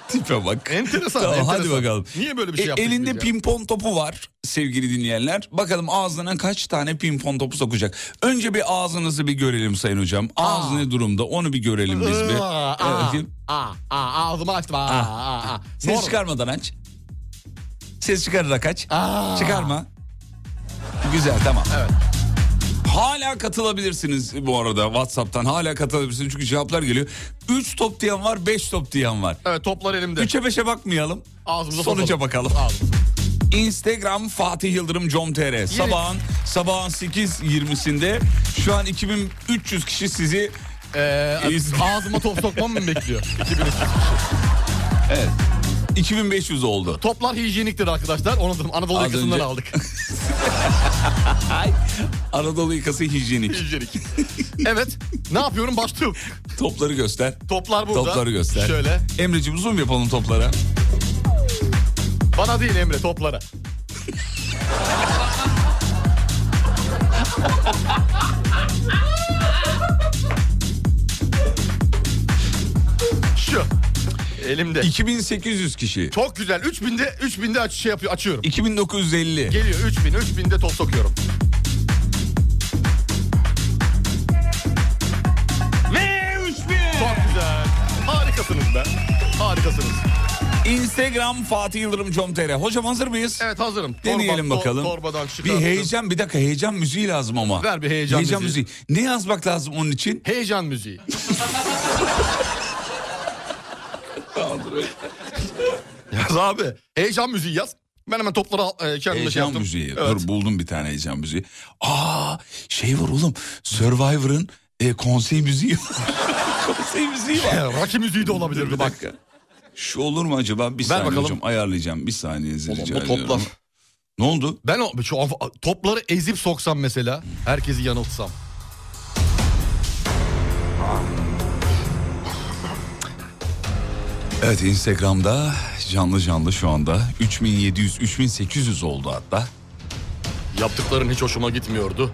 Speaker 5: Tipe bak.
Speaker 6: Enteresan,
Speaker 5: Tamam, <laughs>
Speaker 6: enteresan.
Speaker 5: Hadi bakalım.
Speaker 6: Niye böyle bir şey
Speaker 5: E,
Speaker 6: yaptık
Speaker 5: Elinde
Speaker 6: biz ya?
Speaker 5: pimpon topu var. sevgili dinleyenler. Bakalım ağzına kaç tane pimpon topu sokacak. Önce bir ağzınızı bir görelim sayın hocam. Ağız ne durumda onu bir görelim biz bir.
Speaker 6: Aa,
Speaker 5: Evet,
Speaker 6: aa,
Speaker 5: bakayım.
Speaker 6: aa, aa, ağzımı açtım. Aa,
Speaker 5: Ah.
Speaker 6: aa, aa.
Speaker 5: Ses
Speaker 6: Sonra-
Speaker 5: çıkarmadan aç. Ses çıkararak aç.
Speaker 6: Aa.
Speaker 5: Çıkarma. Güzel tamam. Evet. Hala katılabilirsiniz bu arada WhatsApp'tan. Hala katılabilirsiniz çünkü cevaplar geliyor. 3 top diyen var, 5 top diyen var.
Speaker 6: Evet toplar elimde.
Speaker 5: 3'e 5'e bakmayalım.
Speaker 6: Ağzımıza
Speaker 5: Sonuca
Speaker 6: sokalım.
Speaker 5: bakalım. Instagram Fatih Yıldırım com.tr sabahın sabahın 8.20'sinde şu an 2300 kişi sizi
Speaker 6: Ee,
Speaker 5: e,
Speaker 6: <laughs> ağzıma top sokmam mı bekliyor?
Speaker 5: Evet. 2500 oldu.
Speaker 6: Toplar hijyeniktir arkadaşlar. Onu da Anadolu
Speaker 5: <laughs> Az
Speaker 6: yakasından
Speaker 5: önce-
Speaker 6: aldık.
Speaker 5: Ay, <laughs> Anadolu yıkası hijyenik.
Speaker 6: Hijyenik. evet. Ne yapıyorum? Başlıyorum.
Speaker 5: Topları göster.
Speaker 6: Toplar burada.
Speaker 5: Topları göster.
Speaker 6: Şöyle.
Speaker 5: Emre'cim zoom yapalım toplara.
Speaker 6: Bana değil Emre toplara. Şu. Elimde.
Speaker 5: 2800 kişi.
Speaker 6: Çok güzel. 3000'de 3000'de aç şey yapıyor açıyorum.
Speaker 5: 2950.
Speaker 6: Geliyor 3000 3000'de top sokuyorum.
Speaker 5: Ve 3000.
Speaker 6: Çok güzel. Harikasınız be. Harikasınız.
Speaker 5: Instagram Fatih Yıldırım com.tr. Hocam hazır mıyız?
Speaker 6: Evet hazırım. Torba-
Speaker 5: Deneyelim
Speaker 6: to-
Speaker 5: bakalım.
Speaker 6: torbadan çıkarttım.
Speaker 5: bir heyecan bir dakika heyecan müziği lazım ama.
Speaker 6: Ver bir heyecan müziği.
Speaker 5: Ne yazmak lazım onun için?
Speaker 6: Heyecan müziği. <laughs> Yaz abi. Heyecan müziği yaz. Ben hemen toplara e, kendime şey
Speaker 5: Heyecan
Speaker 6: yaptım.
Speaker 5: müziği.
Speaker 6: Evet.
Speaker 5: Dur buldum bir tane heyecan müziği. Aa şey var oğlum. Survivor'ın e, konsey müziği var. <laughs> konsey müziği var.
Speaker 6: <laughs> Rakı müziği de olabilirdi bak.
Speaker 5: Şu olur mu acaba? Bir
Speaker 6: Ver
Speaker 5: saniye
Speaker 6: bakalım.
Speaker 5: hocam ayarlayacağım. Bir saniyenizi
Speaker 6: bu
Speaker 5: rica ediyorum.
Speaker 6: toplar.
Speaker 5: Ne oldu?
Speaker 6: Ben o şu an- topları ezip soksam mesela. Herkesi yanıltsam.
Speaker 5: Evet Instagram'da canlı canlı şu anda 3700 3800 oldu hatta.
Speaker 6: Yaptıkların hiç hoşuma gitmiyordu.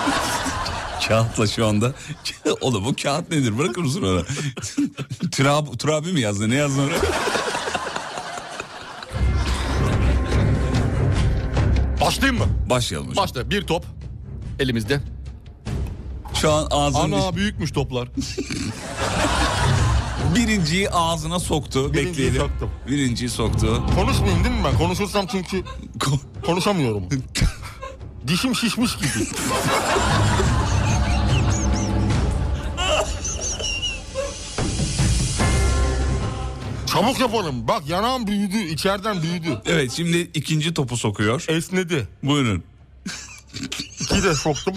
Speaker 5: <laughs> Kağıtla şu anda. <laughs> Oğlum bu kağıt nedir? Bırakır mısın <laughs> ona? Trab, trabi mi yazdı? Ne yazdı oraya?
Speaker 6: Başlayayım mı?
Speaker 5: Başlayalım hocam.
Speaker 6: Başla. Bir top elimizde.
Speaker 5: Şu an ağzının
Speaker 6: Ana büyükmüş toplar.
Speaker 5: <laughs> birinciyi ağzına soktu.
Speaker 6: Birinciyi
Speaker 5: Bekleyelim.
Speaker 6: soktum.
Speaker 5: Birinciyi soktu.
Speaker 6: Konuşmayayım değil mi ben? Konuşursam çünkü
Speaker 5: <laughs>
Speaker 6: konuşamıyorum. Dişim şişmiş gibi. Çabuk yapalım. Bak yanağım büyüdü. içeriden büyüdü.
Speaker 5: Evet şimdi ikinci topu sokuyor.
Speaker 6: Esnedi.
Speaker 5: Buyurun.
Speaker 6: İki de soktum.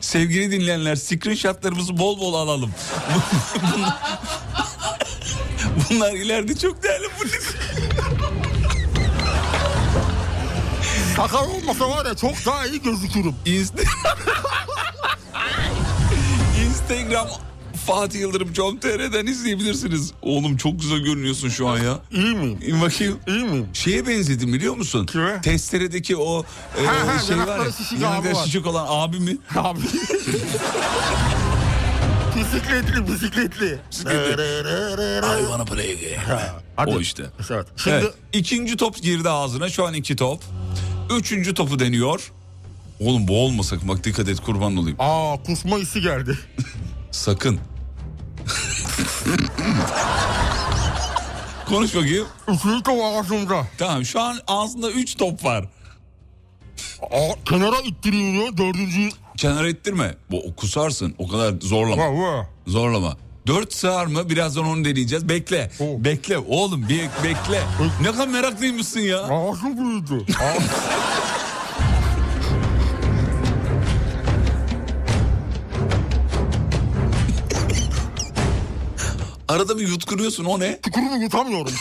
Speaker 5: Sevgili dinleyenler screenshotlarımızı bol
Speaker 6: <laughs>
Speaker 5: bol alalım. Bunlar- Bunlar ileride çok değerli.
Speaker 6: Sakal olmasa var ya çok daha iyi gözükürüm.
Speaker 5: İnst- <laughs> Instagram Fatih Yıldırım com.tr'den izleyebilirsiniz. Oğlum çok güzel görünüyorsun şu an ya.
Speaker 6: İyi miyim?
Speaker 5: İyi bakayım.
Speaker 6: İyi miyim?
Speaker 5: Şeye benzedim biliyor musun? Kime? Testeredeki o e,
Speaker 6: Ha, ha,
Speaker 5: şey var ya.
Speaker 6: yanakları şişik abi
Speaker 5: yanakları
Speaker 6: var.
Speaker 5: şişik olan abi mi?
Speaker 6: Abi. bisikletli bisikletli.
Speaker 5: I wanna play a game.
Speaker 6: Hadi.
Speaker 5: O işte.
Speaker 6: Evet. Şimdi
Speaker 5: Evet, ikinci top girdi ağzına. Şu an iki top. Üçüncü topu deniyor. Oğlum bu olmasak bak dikkat et kurban olayım.
Speaker 6: aa kusma hissi geldi.
Speaker 5: Sakın. <laughs> Konuş bakayım.
Speaker 6: Üçüncü top ağzımda.
Speaker 5: Tamam şu an ağzında 3 top var.
Speaker 6: Aa, kenara ittiriyor dördüncü.
Speaker 5: Kenar ettirme. Bu kusarsın. O kadar zorlama.
Speaker 6: Vay vay.
Speaker 5: Zorlama. 4 sığar mı? Birazdan onu deneyeceğiz. Bekle. Bekle oğlum bir bekle. Ne kadar meraklıymışsın ya.
Speaker 6: Ağzım büyüdü. Ağzım-
Speaker 5: Arada bir yutkuruyorsun o ne?
Speaker 6: Tükürüğümü yutamıyorum.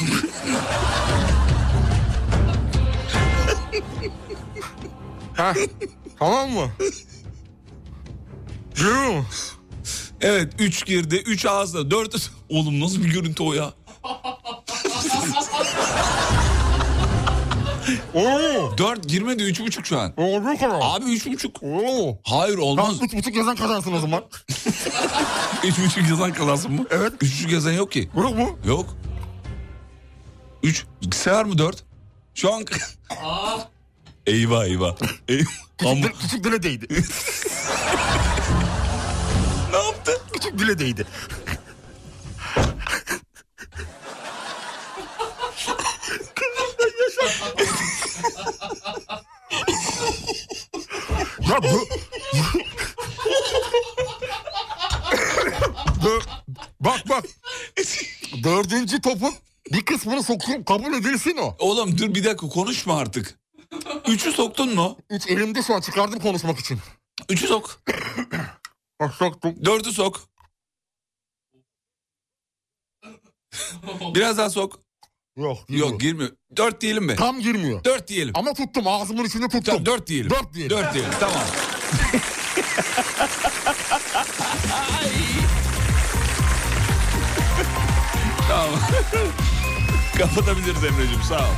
Speaker 6: Heh, tamam mı? Geliyor mu?
Speaker 5: Evet 3 girdi. 3 ağızda. 4 Oğlum nasıl bir görüntü o ya?
Speaker 6: Oo.
Speaker 5: 4 girmedi 3,5 şu an.
Speaker 6: Oldu kadar.
Speaker 5: Abi 3,5.
Speaker 6: Oo.
Speaker 5: Hayır
Speaker 6: Tam
Speaker 5: olmaz.
Speaker 6: üç buçuk yazan kazansın o zaman.
Speaker 5: 3,5 yazan kalansın mı?
Speaker 6: Evet.
Speaker 5: 3,5 yazan yok ki.
Speaker 6: Yok mu?
Speaker 5: Yok. 3 sığar mı 4? Şu an... <laughs> eyvah eyvah. Küçük,
Speaker 6: küçük dile değdi.
Speaker 5: <laughs> ne yaptı?
Speaker 6: Küçük dile değdi. Ya bu... Dö- bak bak. Dördüncü topun bir kısmını sokup kabul edilsin o.
Speaker 5: Oğlum dur bir dakika konuşma artık. Üçü soktun mu?
Speaker 6: Üç elimde şu an çıkardım konuşmak için.
Speaker 5: Üçü sok.
Speaker 6: Bak soktum.
Speaker 5: Dördü sok. Biraz daha sok.
Speaker 6: Yok.
Speaker 5: Yok girmiyor. Dört diyelim mi?
Speaker 6: Tam girmiyor.
Speaker 5: Dört diyelim.
Speaker 6: Ama tuttum ağzımın içinde tuttum.
Speaker 5: Tamam dört diyelim.
Speaker 6: Dört diyelim.
Speaker 5: Dört diyelim tamam. tamam. <laughs> Kapatabiliriz Emre'cim sağ ol.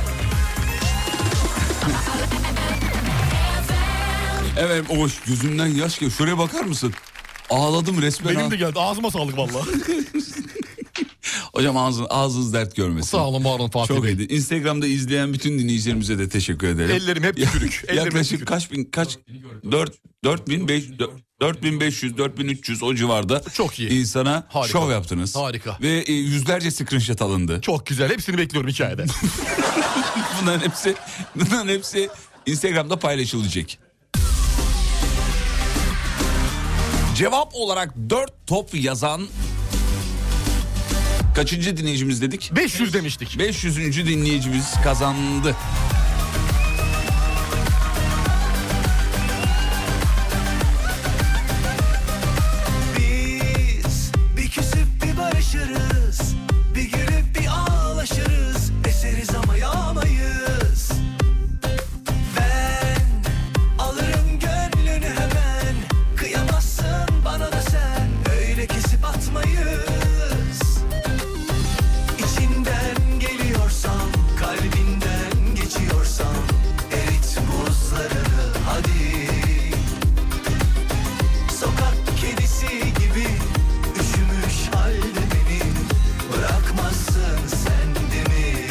Speaker 5: Evet hoş gözümden yaş geliyor. Şuraya bakar mısın? Ağladım
Speaker 6: <laughs>
Speaker 5: resmen.
Speaker 6: Benim
Speaker 5: ha.
Speaker 6: de geldi ağzıma sağlık vallahi.
Speaker 5: Hocam ağzınız, ağzınız dert görmesin.
Speaker 6: Sağ olun var olun Fatih
Speaker 5: Çok
Speaker 6: Bey.
Speaker 5: iyiydi. Instagram'da izleyen bütün dinleyicilerimize de teşekkür ederim.
Speaker 6: Ellerim hep tükürük. Ellerim hep
Speaker 5: <laughs> Yaklaşık kaç bin kaç 4 4500 4500 4300 o civarda
Speaker 6: Çok iyi.
Speaker 5: insana
Speaker 6: Harika.
Speaker 5: şov yaptınız.
Speaker 6: Harika.
Speaker 5: Ve e, yüzlerce screenshot alındı.
Speaker 6: Çok güzel hepsini bekliyorum hikayede.
Speaker 5: <laughs> bunların hepsi bunların hepsi Instagram'da paylaşılacak. Cevap olarak 4 top yazan kaçıncı dinleyicimiz dedik?
Speaker 6: 500 demiştik.
Speaker 5: 500. dinleyicimiz kazandı.
Speaker 3: Biz bir küsüp bir barışırız Bir gülüp bir ağlaşırız Eseriz ama yağmayız Ben alırım gönlünü hemen Kıyamazsın bana da sen Öyle kesip atmayız İçinden geliyorsam Kalbinden geçiyorsam Erit buzlarını hadi Sokak kedisi gibi üşümüş halde beni bırakmazsın sen de mi?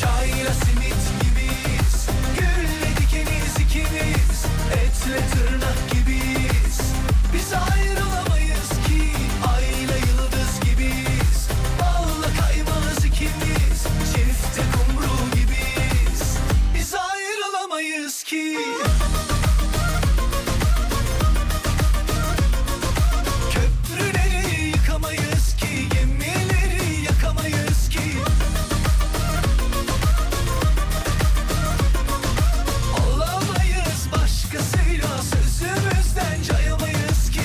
Speaker 3: Çayla simit gibiyiz, gülle dikeniz ikimiz, etle tırnak gibiyiz. Biz ayrılamayız ki ayla yıldız gibiyiz, balla kaymağız ikimiz, çifte kumru gibiyiz. Biz ayrılamayız ki. Köprüleri yıkamayız ki gemileri yakamayız ki Olamayız başkasıyla sözümüzden cayamayız ki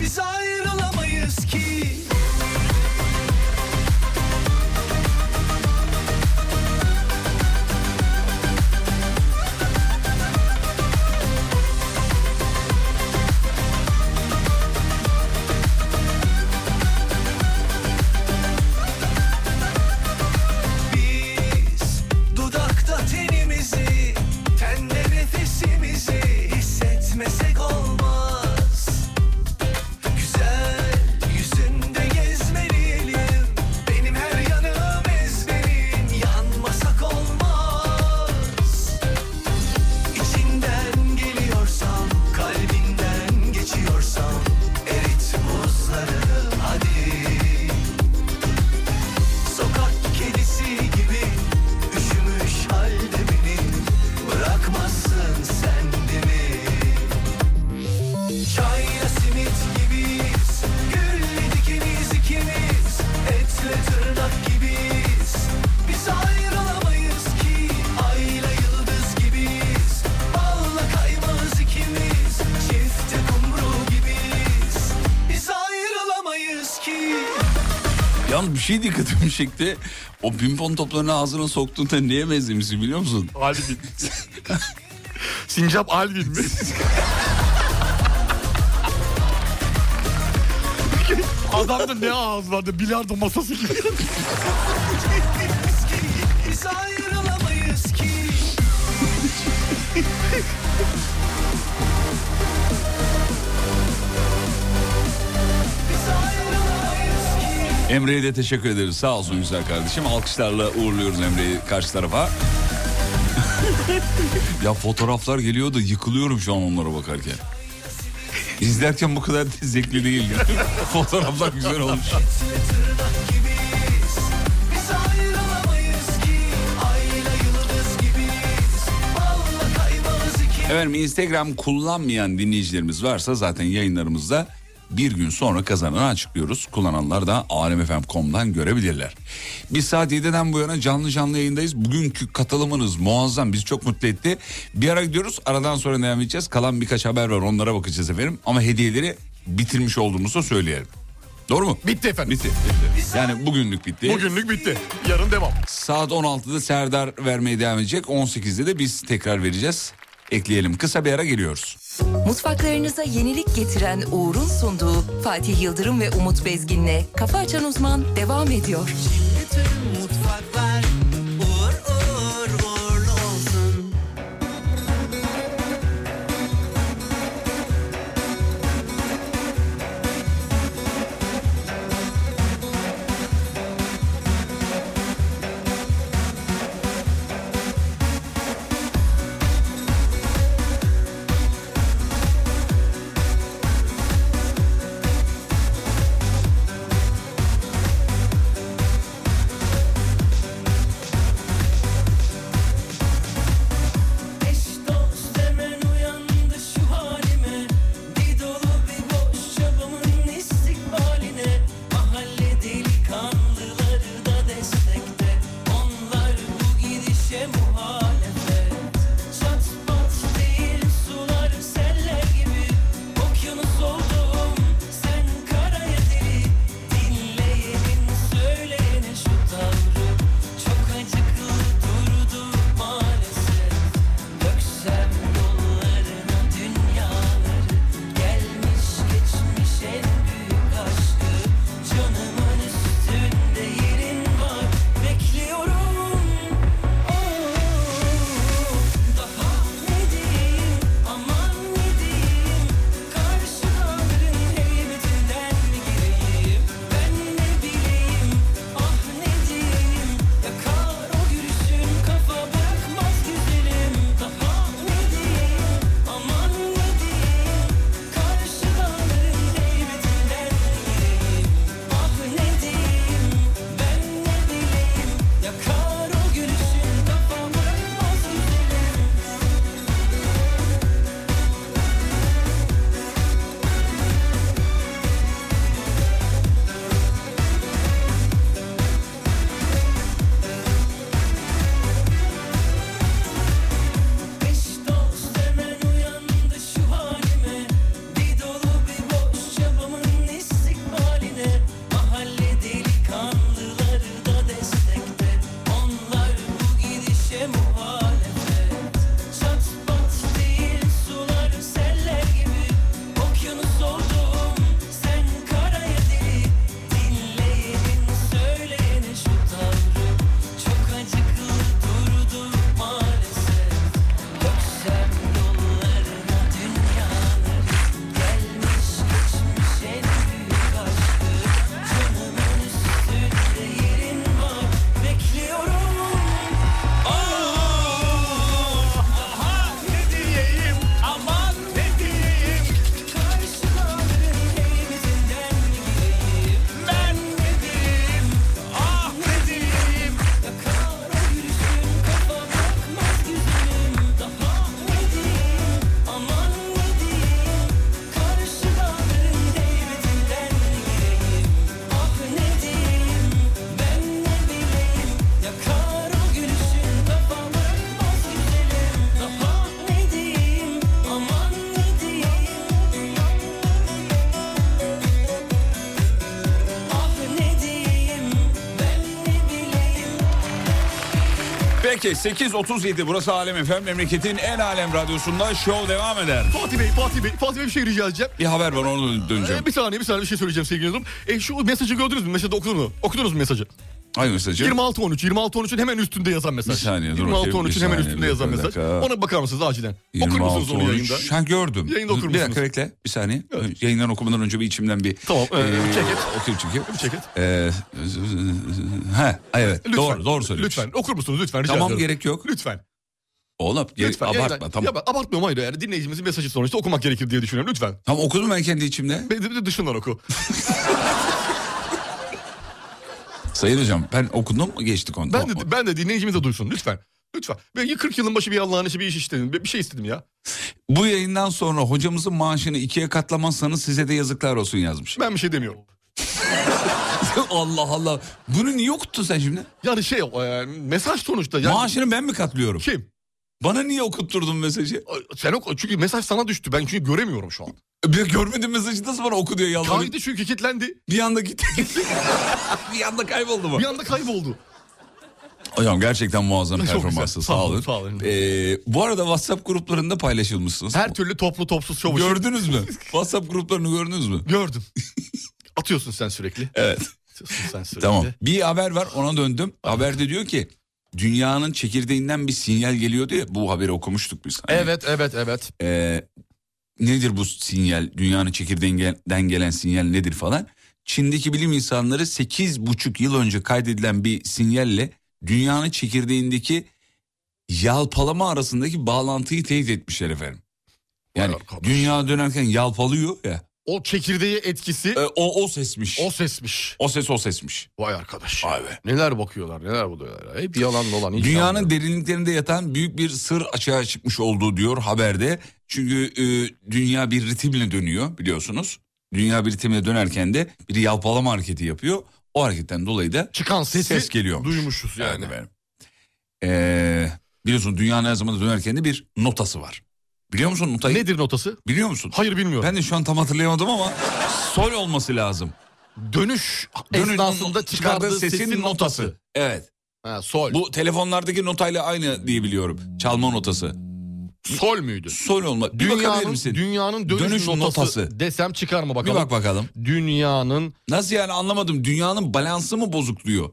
Speaker 3: Biz ayrılamayız ki Dudakta tenimizi, tende nefesimizi hissetmesek olmaz. Güzel yüzünde gezmeliyim, benim her yanım ezberin, yanmasak olmaz. İçinden geliyorsam, kalbinden geçiyorsam, erit buzları hadi. Sokak kedisi gibi Üşümüş halde beni bırakmazsın sen de mi? Çayla simit gibiyiz, gülle dikeniz ikimiz, etle tırnak gibiyiz. Biz ayrılamayız ki, ayla yıldız gibiyiz, balla kaymağız ikimiz, çifte kumru gibiyiz. Biz ayrılamayız ki.
Speaker 5: Yalnız bir şey dikkatimi çekti. O pimpon toplarını ağzına soktuğunda neye benzemişsin biliyor musun? <laughs>
Speaker 6: Albin. Sincap Albin mi? Adamda ne ağız vardı bilardo masası gibi.
Speaker 3: Biz ayrılamayız ki.
Speaker 5: Emre'ye de teşekkür ederiz. Sağ olsun güzel kardeşim. Alkışlarla uğurluyoruz Emre'yi karşı tarafa. ya fotoğraflar geliyor da yıkılıyorum şu an onlara bakarken. İzlerken bu kadar zevkli değil. <laughs> fotoğraflar güzel olmuş.
Speaker 4: Biz ayrılamayız ki Ayla yıldız gibiyiz Balla kaymağız iki
Speaker 5: Efendim Instagram kullanmayan dinleyicilerimiz varsa zaten yayınlarımızda bir gün sonra kazananı açıklıyoruz. Kullananlar da alemfm.com'dan görebilirler. Biz saat 7'den bu yana canlı canlı yayındayız. Bugünkü katılımınız muazzam. Bizi çok mutlu etti. Bir ara gidiyoruz. Aradan sonra devam edeceğiz. Kalan birkaç haber var. Onlara bakacağız efendim. Ama hediyeleri bitirmiş olduğumuzu da söyleyelim. Doğru mu?
Speaker 6: Bitti efendim.
Speaker 5: Bitti. bitti. Yani bugünlük bitti.
Speaker 6: Bugünlük bitti. Yarın devam.
Speaker 5: Saat 16'da Serdar vermeye devam edecek. 18'de de biz tekrar vereceğiz. Ekleyelim. Kısa bir ara geliyoruz.
Speaker 9: Mutfaklarınıza yenilik getiren Uğur'un sunduğu Fatih Yıldırım ve Umut Bezgin'le Kafa Açan Uzman devam ediyor.
Speaker 15: Tüm mutfaklar uğur uğur uğurlu olsun.
Speaker 4: Eş dost hemen uyandı şu halime Bir dolu bir boş çabamın istikbaline Mahalle delikanlıları da destekte Onlar bu gidişe muhalefet Çat pat değil sular seller gibi Okyanus oldum sen karaya deli Dinleyenin söyleyene şu tavrı Çok acıklı durdu maalesef Döksem yollarına dünyaları Gelmiş geçmiş en büyük aşkı Canımın üstünde yerin var Bekliyorum Oo, Daha ne diyeyim aman ne diyeyim Karşı dağların heybetinden mi gireyim Ben ne bileyim ah ne diyeyim Yakar o gülüşün kafa bırakmaz güzelim Daha ne diyeyim aman ne diyeyim Karşı dağların heybetinden mi gireyim Ah ne diyeyim ben ne bileyim Yakar o gülüşün kafa bırakmaz güzelim Eş dost hemen uyandı şu halime Bir dolu bir boş çabamın istikbaline Mahalle delikanlıları da destekte Onlar bu gidişe muhalefet Çat pat değil sular seller gibi Okyanus oldum sen karaya deli Dinleyenin söyleyene şu tavrı Çok acıklı durdu maalesef Döksem yollarına dünyaları Gelmiş geçmiş en büyük aşkı Canımın üstünde yerin var Bekliyorum Oh, Aha ne diyeyim aman ne diyeyim Karşı dağların heybetinden mi gireyim Ben ne diyeyim ah ne diyeyim Yakar o gülüşün kafa bakmaz güzelim Daha ne diyeyim aman ne diyeyim Karşı dağların heybetinden mi gireyim Ah ne diyeyim ben ne bileyim Yakar o gülüşün kafa bakmaz güzelim Daha ne diyeyim aman ne diyeyim Ah ne diyeyim ben ne bileyim
Speaker 5: Peki 8.37 burası Alem FM memleketin en alem radyosunda show devam eder.
Speaker 6: Fatih Bey, Fatih Bey, Fatih Bey bir şey rica edeceğim.
Speaker 5: Bir haber var onu döneceğim.
Speaker 6: Ee, bir saniye, bir saniye bir şey söyleyeceğim sevgili yıldırım. E, şu mesajı gördünüz mü? Mesajı okudunuz mu? Okudunuz mu mesajı?
Speaker 5: Hangi mesajı?
Speaker 6: 26 13 26 13'ün hemen üstünde yazan mesaj.
Speaker 5: Bir saniye, dur
Speaker 6: 26
Speaker 5: bakayım,
Speaker 6: 13'ün
Speaker 5: bir
Speaker 6: hemen
Speaker 5: saniye,
Speaker 6: üstünde
Speaker 5: bir
Speaker 6: yazan mesaj.
Speaker 5: dakika.
Speaker 6: Ona bakar mısınız acilen? Okur musunuz
Speaker 5: 26,
Speaker 6: onu
Speaker 5: 13.
Speaker 6: yayında?
Speaker 5: Ha gördüm.
Speaker 6: Yayında okur
Speaker 5: Bir
Speaker 6: musunuz?
Speaker 5: dakika bekle. Bir saniye. Yayından okumadan önce bir içimden bir...
Speaker 6: Tamam, ee, bir ceket.
Speaker 5: Okuyayım çünkü.
Speaker 6: Bir ceket.
Speaker 5: Ee, ha, evet.
Speaker 6: Lütfen.
Speaker 5: doğru, doğru söylüyorsun.
Speaker 6: Lütfen okur musunuz lütfen rica
Speaker 5: Tamam,
Speaker 6: ediyorum.
Speaker 5: gerek yok.
Speaker 6: Lütfen.
Speaker 5: Oğlum geri-
Speaker 6: lütfen.
Speaker 5: abartma
Speaker 6: Yayından-
Speaker 5: tamam.
Speaker 6: Ya ben abartmıyorum hayır yani dinleyicimizin mesajı sonuçta okumak gerekir diye düşünüyorum lütfen.
Speaker 5: Tamam okudum ben kendi içimde.
Speaker 6: Dışından oku.
Speaker 5: <laughs> Sayın hocam ben okudum mu geçtik onu.
Speaker 6: Ben de, ben de dinleyicimiz de duysun lütfen. Lütfen. Ben 40 yılın başı bir Allah'ın işi bir iş istedim. Bir bir şey istedim ya.
Speaker 5: Bu yayından sonra hocamızın maaşını ikiye katlamazsanız size de yazıklar olsun yazmış.
Speaker 6: Ben bir şey demiyorum.
Speaker 5: <laughs> Allah Allah. Bunu niye okuttun sen şimdi?
Speaker 6: Yani şey e, mesaj sonuçta. Yani...
Speaker 5: Maaşını ben mi katlıyorum?
Speaker 6: Kim?
Speaker 5: Bana niye okutturdun mesajı?
Speaker 6: Sen oku çünkü mesaj sana düştü. Ben çünkü göremiyorum şu an.
Speaker 5: Bir görmedim mesajı nasıl bana oku diyor yalvarıyor.
Speaker 6: Kaydı çünkü kilitlendi.
Speaker 5: Bir anda gitti. bir anda kayboldu mu?
Speaker 6: Bir anda kayboldu.
Speaker 5: Hocam gerçekten
Speaker 6: <laughs>
Speaker 5: muazzam
Speaker 6: Çok güzel. Sağ
Speaker 5: performansı. Sağ
Speaker 6: olun,
Speaker 5: olun.
Speaker 6: sağ olun.
Speaker 5: Ee, bu arada WhatsApp gruplarında paylaşılmışsınız.
Speaker 6: Her türlü toplu topsuz çavuş. <laughs>
Speaker 5: Gördünüz mü? WhatsApp gruplarını gördünüz mü? <laughs>
Speaker 6: Gördüm. Atıyorsun sen sürekli.
Speaker 5: Evet.
Speaker 6: Atıyorsun sen sürekli.
Speaker 5: Tamam. Bir haber var ona döndüm. Haberde diyor ki dünyanın çekirdeğinden bir sinyal geliyordu ya. Bu haberi okumuştuk biz. Hani,
Speaker 6: Evet evet evet.
Speaker 5: ee, nedir bu sinyal? Dünyanın çekirdeğinden gelen sinyal nedir falan? Çin'deki bilim insanları 8,5 yıl önce kaydedilen bir sinyalle dünyanın çekirdeğindeki yalpalama arasındaki bağlantıyı teyit etmişler efendim. Yani dünya dönerken yalpalıyor ya.
Speaker 6: O çekirdeği etkisi.
Speaker 5: E, o, o sesmiş.
Speaker 6: O sesmiş.
Speaker 5: O ses o sesmiş.
Speaker 6: Vay arkadaş.
Speaker 5: Vay be.
Speaker 6: Neler bakıyorlar neler buluyorlar. Hep yalan dolan. hiç
Speaker 5: Dünyanın derinliklerinde yatan büyük bir sır açığa çıkmış olduğu diyor haberde. Çünkü e, dünya bir ritimle dönüyor biliyorsunuz. Dünya bir ritimle dönerken de bir yalpalama hareketi yapıyor. O hareketten dolayı da
Speaker 6: çıkan sesi
Speaker 5: ses geliyor.
Speaker 6: Duymuşuz yani.
Speaker 5: efendim. Ee, biliyorsun dünyanın her zaman dönerken de bir notası var. Biliyor musun notayı?
Speaker 6: Nedir notası?
Speaker 5: Biliyor musun?
Speaker 6: Hayır bilmiyorum.
Speaker 5: Ben de şu an tam hatırlayamadım ama sol olması lazım.
Speaker 6: Dönüş esnasında çıkardığı sesin notası.
Speaker 5: Evet.
Speaker 6: Ha, sol. Hmm.
Speaker 5: Bu telefonlardaki notayla aynı diye biliyorum. Çalma notası.
Speaker 6: Sol müydü?
Speaker 5: Sol olma. Bir bakabilir
Speaker 6: Dünyanın,
Speaker 5: misin?
Speaker 6: dünyanın dönüş,
Speaker 5: Dönüş
Speaker 6: notası,
Speaker 5: notası.
Speaker 6: desem çıkar mı bakalım?
Speaker 5: Bir bak bakalım.
Speaker 6: Dünyanın
Speaker 5: Nasıl yani anlamadım. Dünyanın balansı mı bozukluyor?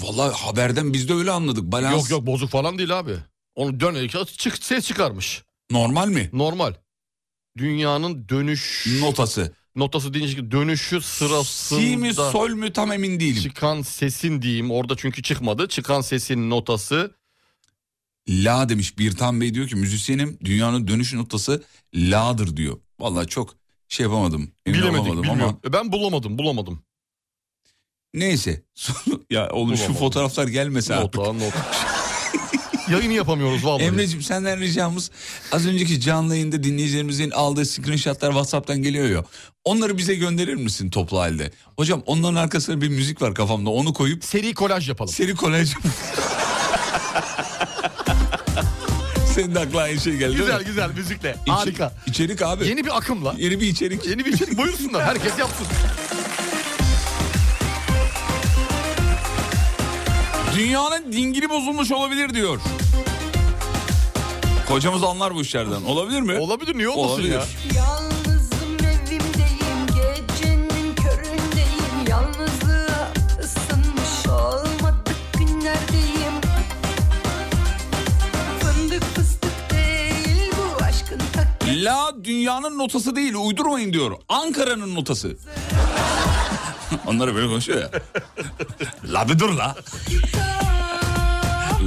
Speaker 5: Vallahi haberden biz de öyle anladık. Balans
Speaker 6: Yok yok bozuk falan değil abi. Onu dönerken çık, ses çıkarmış.
Speaker 5: normal mi?
Speaker 6: Normal. Dünyanın dönüş
Speaker 5: Notası.
Speaker 6: notası deyince ki dönüşü sırasında.
Speaker 5: Si mi, sol mü tam emin değilim.
Speaker 6: Çıkan sesin diyeyim orada çünkü çıkmadı. Çıkan sesin notası.
Speaker 5: La demiş Birtan Bey diyor ki müzisyenim dünyanın dönüş notası la'dır diyor. Vallahi çok şey yapamadım. Emin
Speaker 6: Bilemedik
Speaker 5: olamadım
Speaker 6: bilmiyorum.
Speaker 5: ama
Speaker 6: E, Ben bulamadım bulamadım.
Speaker 5: neyse. <laughs> ya oğlum şu
Speaker 6: Bulamadım.
Speaker 5: fotoğraflar gelmese artık.
Speaker 6: Nota nota. Yayını yapamıyoruz vallahi.
Speaker 5: Emre'cim senden ricamız az önceki canlı yayında dinleyicilerimizin aldığı screenshotlar Whatsapp'tan geliyor ya. Onları bize gönderir misin toplu halde? Hocam onların arkasına bir müzik var kafamda onu koyup...
Speaker 6: Seri kolaj yapalım. <laughs>
Speaker 5: Seri kolaj yapalım. Senin de aklına aynı şey geldi değil
Speaker 6: Güzel
Speaker 5: mi?
Speaker 6: güzel müzikle.
Speaker 5: İçi-
Speaker 6: Harika.
Speaker 5: İçerik abi.
Speaker 6: Yeni bir akımla.
Speaker 5: Yeni bir içerik.
Speaker 6: Yeni bir
Speaker 5: <laughs>
Speaker 6: içerik buyursunlar. Herkes yapsın.
Speaker 5: Dünyanın dingili bozulmuş olabilir diyor. Kocamız anlar bu işlerden. Olabilir mi?
Speaker 6: Olabilir niye olmasın
Speaker 5: Olabilir.
Speaker 6: ya?
Speaker 16: Yalnızım evimdeyim gecenin köründeyim Yalnızlığa ısınmış olmadık günlerdeyim Fındık fıstık değil bu aşkın tak
Speaker 5: La dünyanın notası değil uydurmayın diyor. Ankara'nın notası. <laughs> Onları böyle konuşuyor ya. la bir dur la.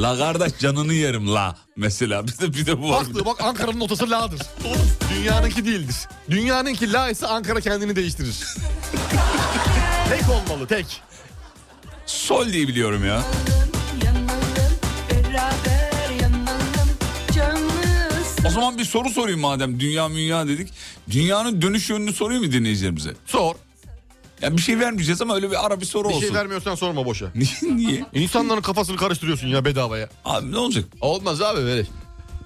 Speaker 5: la kardeş canını yerim la. Mesela bir de, bir de bu var.
Speaker 6: Bak, bak Ankara'nın notası la'dır. Doğru. Dünyanınki değildir. Dünyanınki la ise Ankara kendini
Speaker 5: <laughs>
Speaker 6: değiştirir. tek olmalı tek.
Speaker 5: Sol diye biliyorum ya.
Speaker 16: beraber yanalım canımız
Speaker 5: O zaman bir soru sorayım madem dünya münya dedik. Dünyanın dönüş yönünü sorayım mı dinleyicilerimize?
Speaker 6: Sor.
Speaker 5: Ya bir şey vermeyeceğiz ama öyle bir ara bir soru
Speaker 6: Bir
Speaker 5: olsun.
Speaker 6: şey vermiyorsan sorma boşa.
Speaker 5: <laughs> Niye?
Speaker 6: İnsanların kafasını karıştırıyorsun ya bedavaya.
Speaker 5: Abi ne olacak?
Speaker 6: Olmaz abi verek.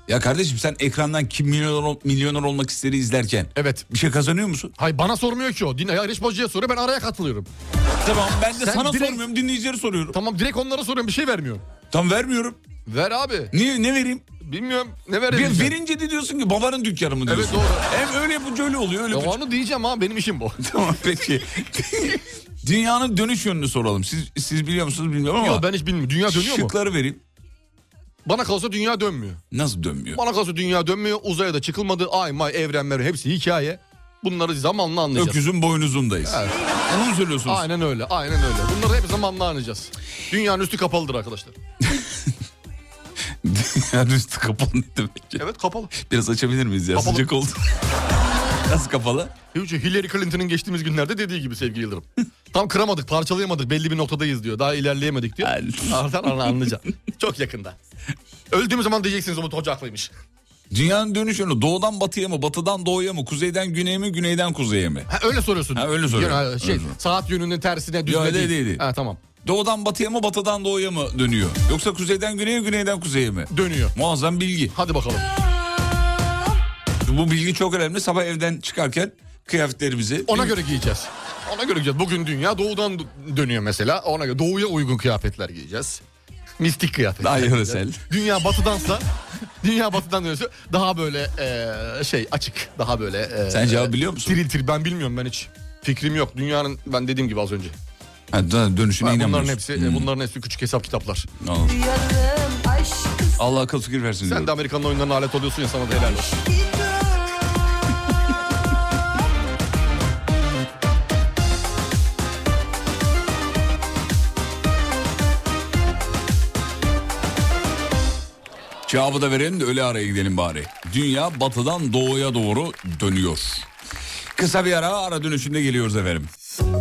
Speaker 5: Ya kardeşim sen ekrandan kim milyoner, milyoner olmak isteri izlerken
Speaker 6: Evet.
Speaker 5: bir şey kazanıyor musun?
Speaker 6: Hayır bana sormuyor ki o. Dinle ya Reş Bacı'ya soruyor ben araya katılıyorum.
Speaker 5: Tamam ben de
Speaker 6: Sen
Speaker 5: sana
Speaker 6: direkt-
Speaker 5: sormuyorum dinleyicileri soruyorum.
Speaker 6: Tamam direkt onlara soruyorum bir şey vermiyorum.
Speaker 5: Tam vermiyorum.
Speaker 6: Ver abi.
Speaker 5: Niye ne vereyim?
Speaker 6: Bilmiyorum ne
Speaker 5: Bir
Speaker 6: verebileceğim.
Speaker 5: verince de diyorsun ki babanın dükkanı mı diyorsun.
Speaker 6: doğru.
Speaker 5: Hem öyle yapınca öyle oluyor öyle
Speaker 6: Ya
Speaker 5: yapınca- <laughs>
Speaker 6: onu diyeceğim ha benim işim bu.
Speaker 5: Tamam peki. Dünyanın dönüş yönünü soralım. Siz <laughs> siz biliyor musunuz bilmiyorum ama.
Speaker 6: Yok, ben hiç bilmiyorum. Dünya dönüyor mu?
Speaker 5: Şıkları vereyim.
Speaker 6: Bana kalsa dünya dönmüyor.
Speaker 5: Nasıl dönmüyor?
Speaker 6: Bana kalsa dünya dönmüyor. Uzaya da çıkılmadı. Ay may evren mevren hepsi hikaye. Bunları zamanla anlayacağız.
Speaker 5: Öküzün boynuzundayız. Onu mu söylüyorsunuz?
Speaker 6: Aynen öyle. Aynen öyle. Bunları hep zamanla anlayacağız. Dünyanın üstü kapalıdır arkadaşlar.
Speaker 5: yani üstü kapalı ne demek ki?
Speaker 6: Evet kapalı.
Speaker 5: Biraz açabilir miyiz ya?
Speaker 6: Kapalı.
Speaker 5: Sıcak oldu. <laughs> Nasıl kapalı?
Speaker 6: Hillary Clinton'ın geçtiğimiz günlerde dediği gibi sevgili Yıldırım. <laughs> Tam kıramadık, parçalayamadık, belli bir noktadayız diyor. Daha ilerleyemedik diyor. Artan arana anlayacaksın. Çok
Speaker 5: <laughs>
Speaker 6: yakında. Öldüğüm zaman diyeceksiniz Umut Hoca haklıymış.
Speaker 5: Dünyanın dönüş yönü doğudan batıya mı, batıdan doğuya mı, kuzeyden güneye mi, güneyden kuzeye mi?
Speaker 6: Ha, öyle soruyorsun.
Speaker 5: Ha, öyle soruyorum.
Speaker 6: Yani, ha, şey,
Speaker 5: Öyle soruyorum.
Speaker 6: saat yönünün tersine düzme
Speaker 5: Yok, değil, değil, değil.
Speaker 6: Ha, tamam.
Speaker 5: Doğudan batıya mı, batıdan doğuya mı dönüyor? Yoksa kuzeyden güneye, güneyden kuzeye mi?
Speaker 6: Dönüyor.
Speaker 5: Muazzam bilgi.
Speaker 6: Hadi bakalım.
Speaker 5: Bu bilgi çok önemli. Sabah evden çıkarken kıyafetlerimizi...
Speaker 6: Ona göre giyeceğiz. Ona göre giyeceğiz. Bugün dünya doğudan d- dönüyor mesela. Ona göre doğuya uygun kıyafetler giyeceğiz. Mistik kıyafetler.
Speaker 5: Daha
Speaker 6: giyeceğiz.
Speaker 5: yöresel.
Speaker 6: Dünya batıdansa, <laughs> dünya batıdan dönüyorsa daha böyle eee, şey açık. Daha böyle... eee,
Speaker 5: Sen cevabı biliyor musun?
Speaker 6: Tiril tiril. Ben bilmiyorum ben hiç. Fikrim yok. Dünyanın ben dediğim gibi az önce.
Speaker 5: Ha, dön- dönüşüne
Speaker 6: Ben bunların
Speaker 5: inanmıyorsun.
Speaker 6: hepsi, e,
Speaker 5: Hmm.
Speaker 6: bunların hepsi küçük hesap kitaplar.
Speaker 5: Anladım.
Speaker 16: Yarım aşk
Speaker 5: Allah akıl fikir versin
Speaker 6: Sen
Speaker 5: diyorum.
Speaker 6: de Amerikan'ın oyunlarına alet oluyorsun ya sana da helal olsun.
Speaker 5: Cevabı da verelim de öyle araya gidelim bari. Dünya batıdan doğuya doğru dönüyor. Kısa bir ara ara dönüşünde geliyoruz efendim.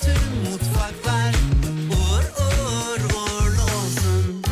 Speaker 4: Tüm mutfaklar uğur uğur uğurlu olsun.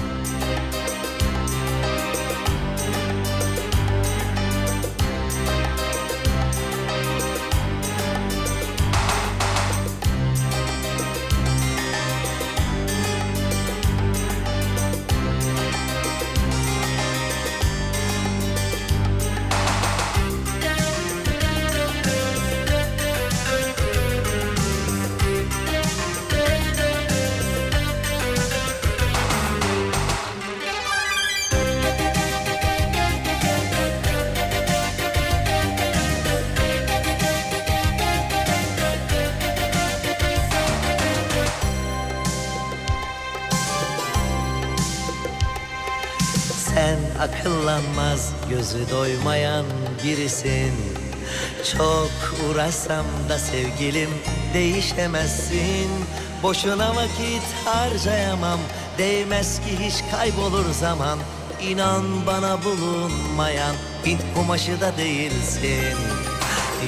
Speaker 17: Sen akıllanmaz gözü doymayan birisin Çok uğraşsam da sevgilim değişemezsin Boşuna vakit harcayamam Değmez ki hiç kaybolur zaman İnan bana bulunmayan Hint kumaşı da değilsin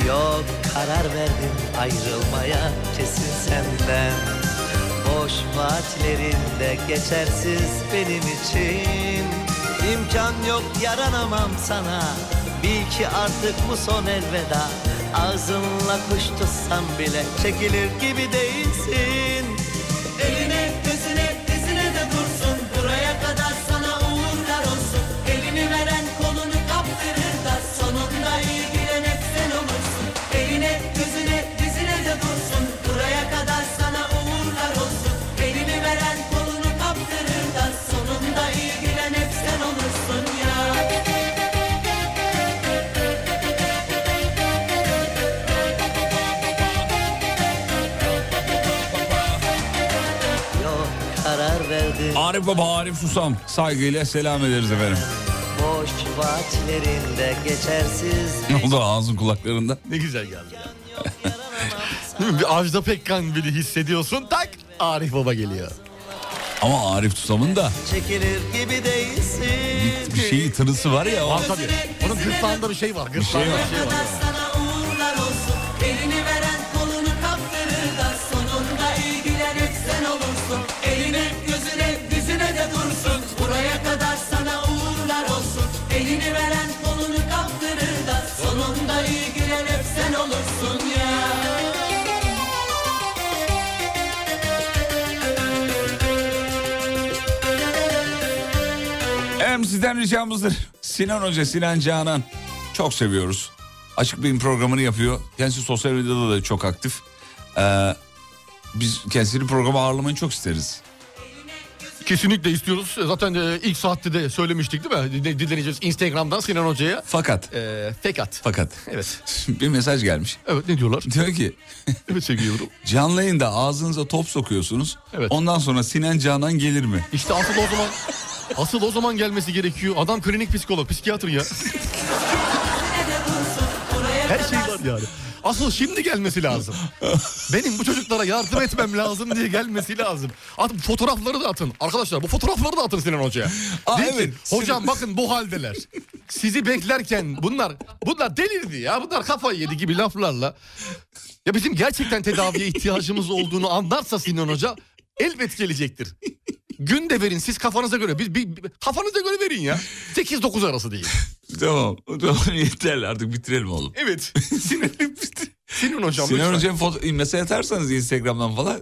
Speaker 17: Yok karar verdim ayrılmaya kesin senden Boş vaatlerinde geçersiz benim için İmkan yok yaranamam sana Bil ki artık bu son elveda Ağzınla kuş tutsam bile çekilir gibi değilsin
Speaker 4: Eline pesine dizine de dursun. Buraya kadar sana uğurlar olsun. Elini veren kolunu kaptırır da sonunda iyi bilen hep sen olursun. Eline gözüne dizine de dursun. Buraya kadar sana uğurlar olsun. Elini veren kolunu kaptırır da sonunda iyi bilen hep sen olursun ya.
Speaker 17: Yok karar verdim
Speaker 5: Arif Baba Arif Susam saygıyla selam ederiz efendim.
Speaker 17: Boş vaatlerinde geçersiz
Speaker 5: Ne oldu ağzın kulaklarında?
Speaker 6: Ne güzel geldi. Değil mi? Bir Ajda Pekkan bile hissediyorsun. Tak Arif Baba geliyor.
Speaker 5: Ama Arif Susam'ın da
Speaker 17: çekilir gibi değilsin
Speaker 5: bir şeyi tırısı var ya. o-
Speaker 6: Var tabii. Onun gırtlağında bir şey var. Gırtlağında bir şey var.
Speaker 4: kadar sana uğurlar olsun. Elini veren kolunu kaptırır da sonunda iyi gülen hep sen olursun. Eline gözüne dizine de dursun. Buraya kadar sana uğurlar olsun. Elini veren kolunu kaptırır da sonunda iyi gülen hep sen olursun ya.
Speaker 5: Efendim sizden ricamızdır. Sinan Hoca, Sinan Canan. Çok seviyoruz. Açık Beyin programını yapıyor. Kendisi sosyal medyada da çok aktif. Ee, biz kendisini programa ağırlamayı çok isteriz.
Speaker 6: Kesinlikle istiyoruz. Zaten e, ilk saatte de söylemiştik değil mi? Din- Dinleneceğiz Instagram'dan Sinan Hoca'ya. E,
Speaker 5: Fakat.
Speaker 6: fakat.
Speaker 5: Fakat.
Speaker 6: <laughs> Evet.
Speaker 5: <laughs> bir mesaj gelmiş.
Speaker 6: Evet ne diyorlar?
Speaker 5: Diyor ki.
Speaker 6: <laughs> evet sevgili yavrum.
Speaker 5: Canlı yayında ağzınıza top sokuyorsunuz. Ondan sonra Sinan Canan gelir mi?
Speaker 6: İşte asıl o zaman asıl o zaman gelmesi gerekiyor. Adam klinik psikolog, psikiyatr ya. Her şey var yani. Asıl şimdi gelmesi lazım. Benim bu çocuklara yardım etmem lazım diye gelmesi lazım. Atın fotoğrafları da atın. Arkadaşlar bu fotoğrafları da atın Sinan Hoca'ya.
Speaker 5: Aa,
Speaker 6: Deyin ki,
Speaker 5: evet.
Speaker 6: hocam bakın bu haldeler. Sizi beklerken bunlar bunlar delirdi ya. Bunlar kafayı yedi gibi laflarla. Ya bizim gerçekten tedaviye ihtiyacımız olduğunu anlarsa Sinan Hoca elbet gelecektir. Gün de verin siz kafanıza göre. Biz, bir, bir- kafanıza göre verin ya. 8-9 arası değil.
Speaker 5: Tamam. Tamam <laughs> yeterli artık bitirelim oğlum.
Speaker 6: Evet. Sinirli- Sinan hocam
Speaker 5: Sinan
Speaker 6: lütfen.
Speaker 5: Hoca'ya foto- e, mesaj atarsanız Instagram'dan falan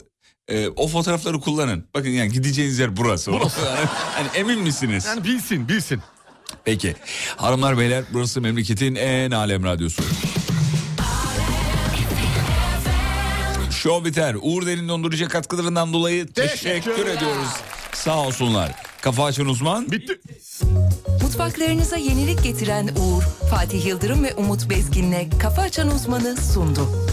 Speaker 5: e, o fotoğrafları kullanın. Bakın yani gideceğiniz yer burası.
Speaker 6: Burası.
Speaker 5: <laughs> Yani, yani emin misiniz?
Speaker 6: Yani bilsin bilsin.
Speaker 5: Peki. Hanımlar beyler burası memleketin en alem radyosu. Şov biter. Uğur Derin Dondurucu'ya katkılarından dolayı teşekkür, ediyoruz. Sağ olsunlar. Kafa açan uzman.
Speaker 6: Bitti.
Speaker 9: Mutfaklarınıza yenilik getiren Uğur, Fatih Yıldırım ve Umut Bezgin'le Kafa Açan Uzman'ı sundu.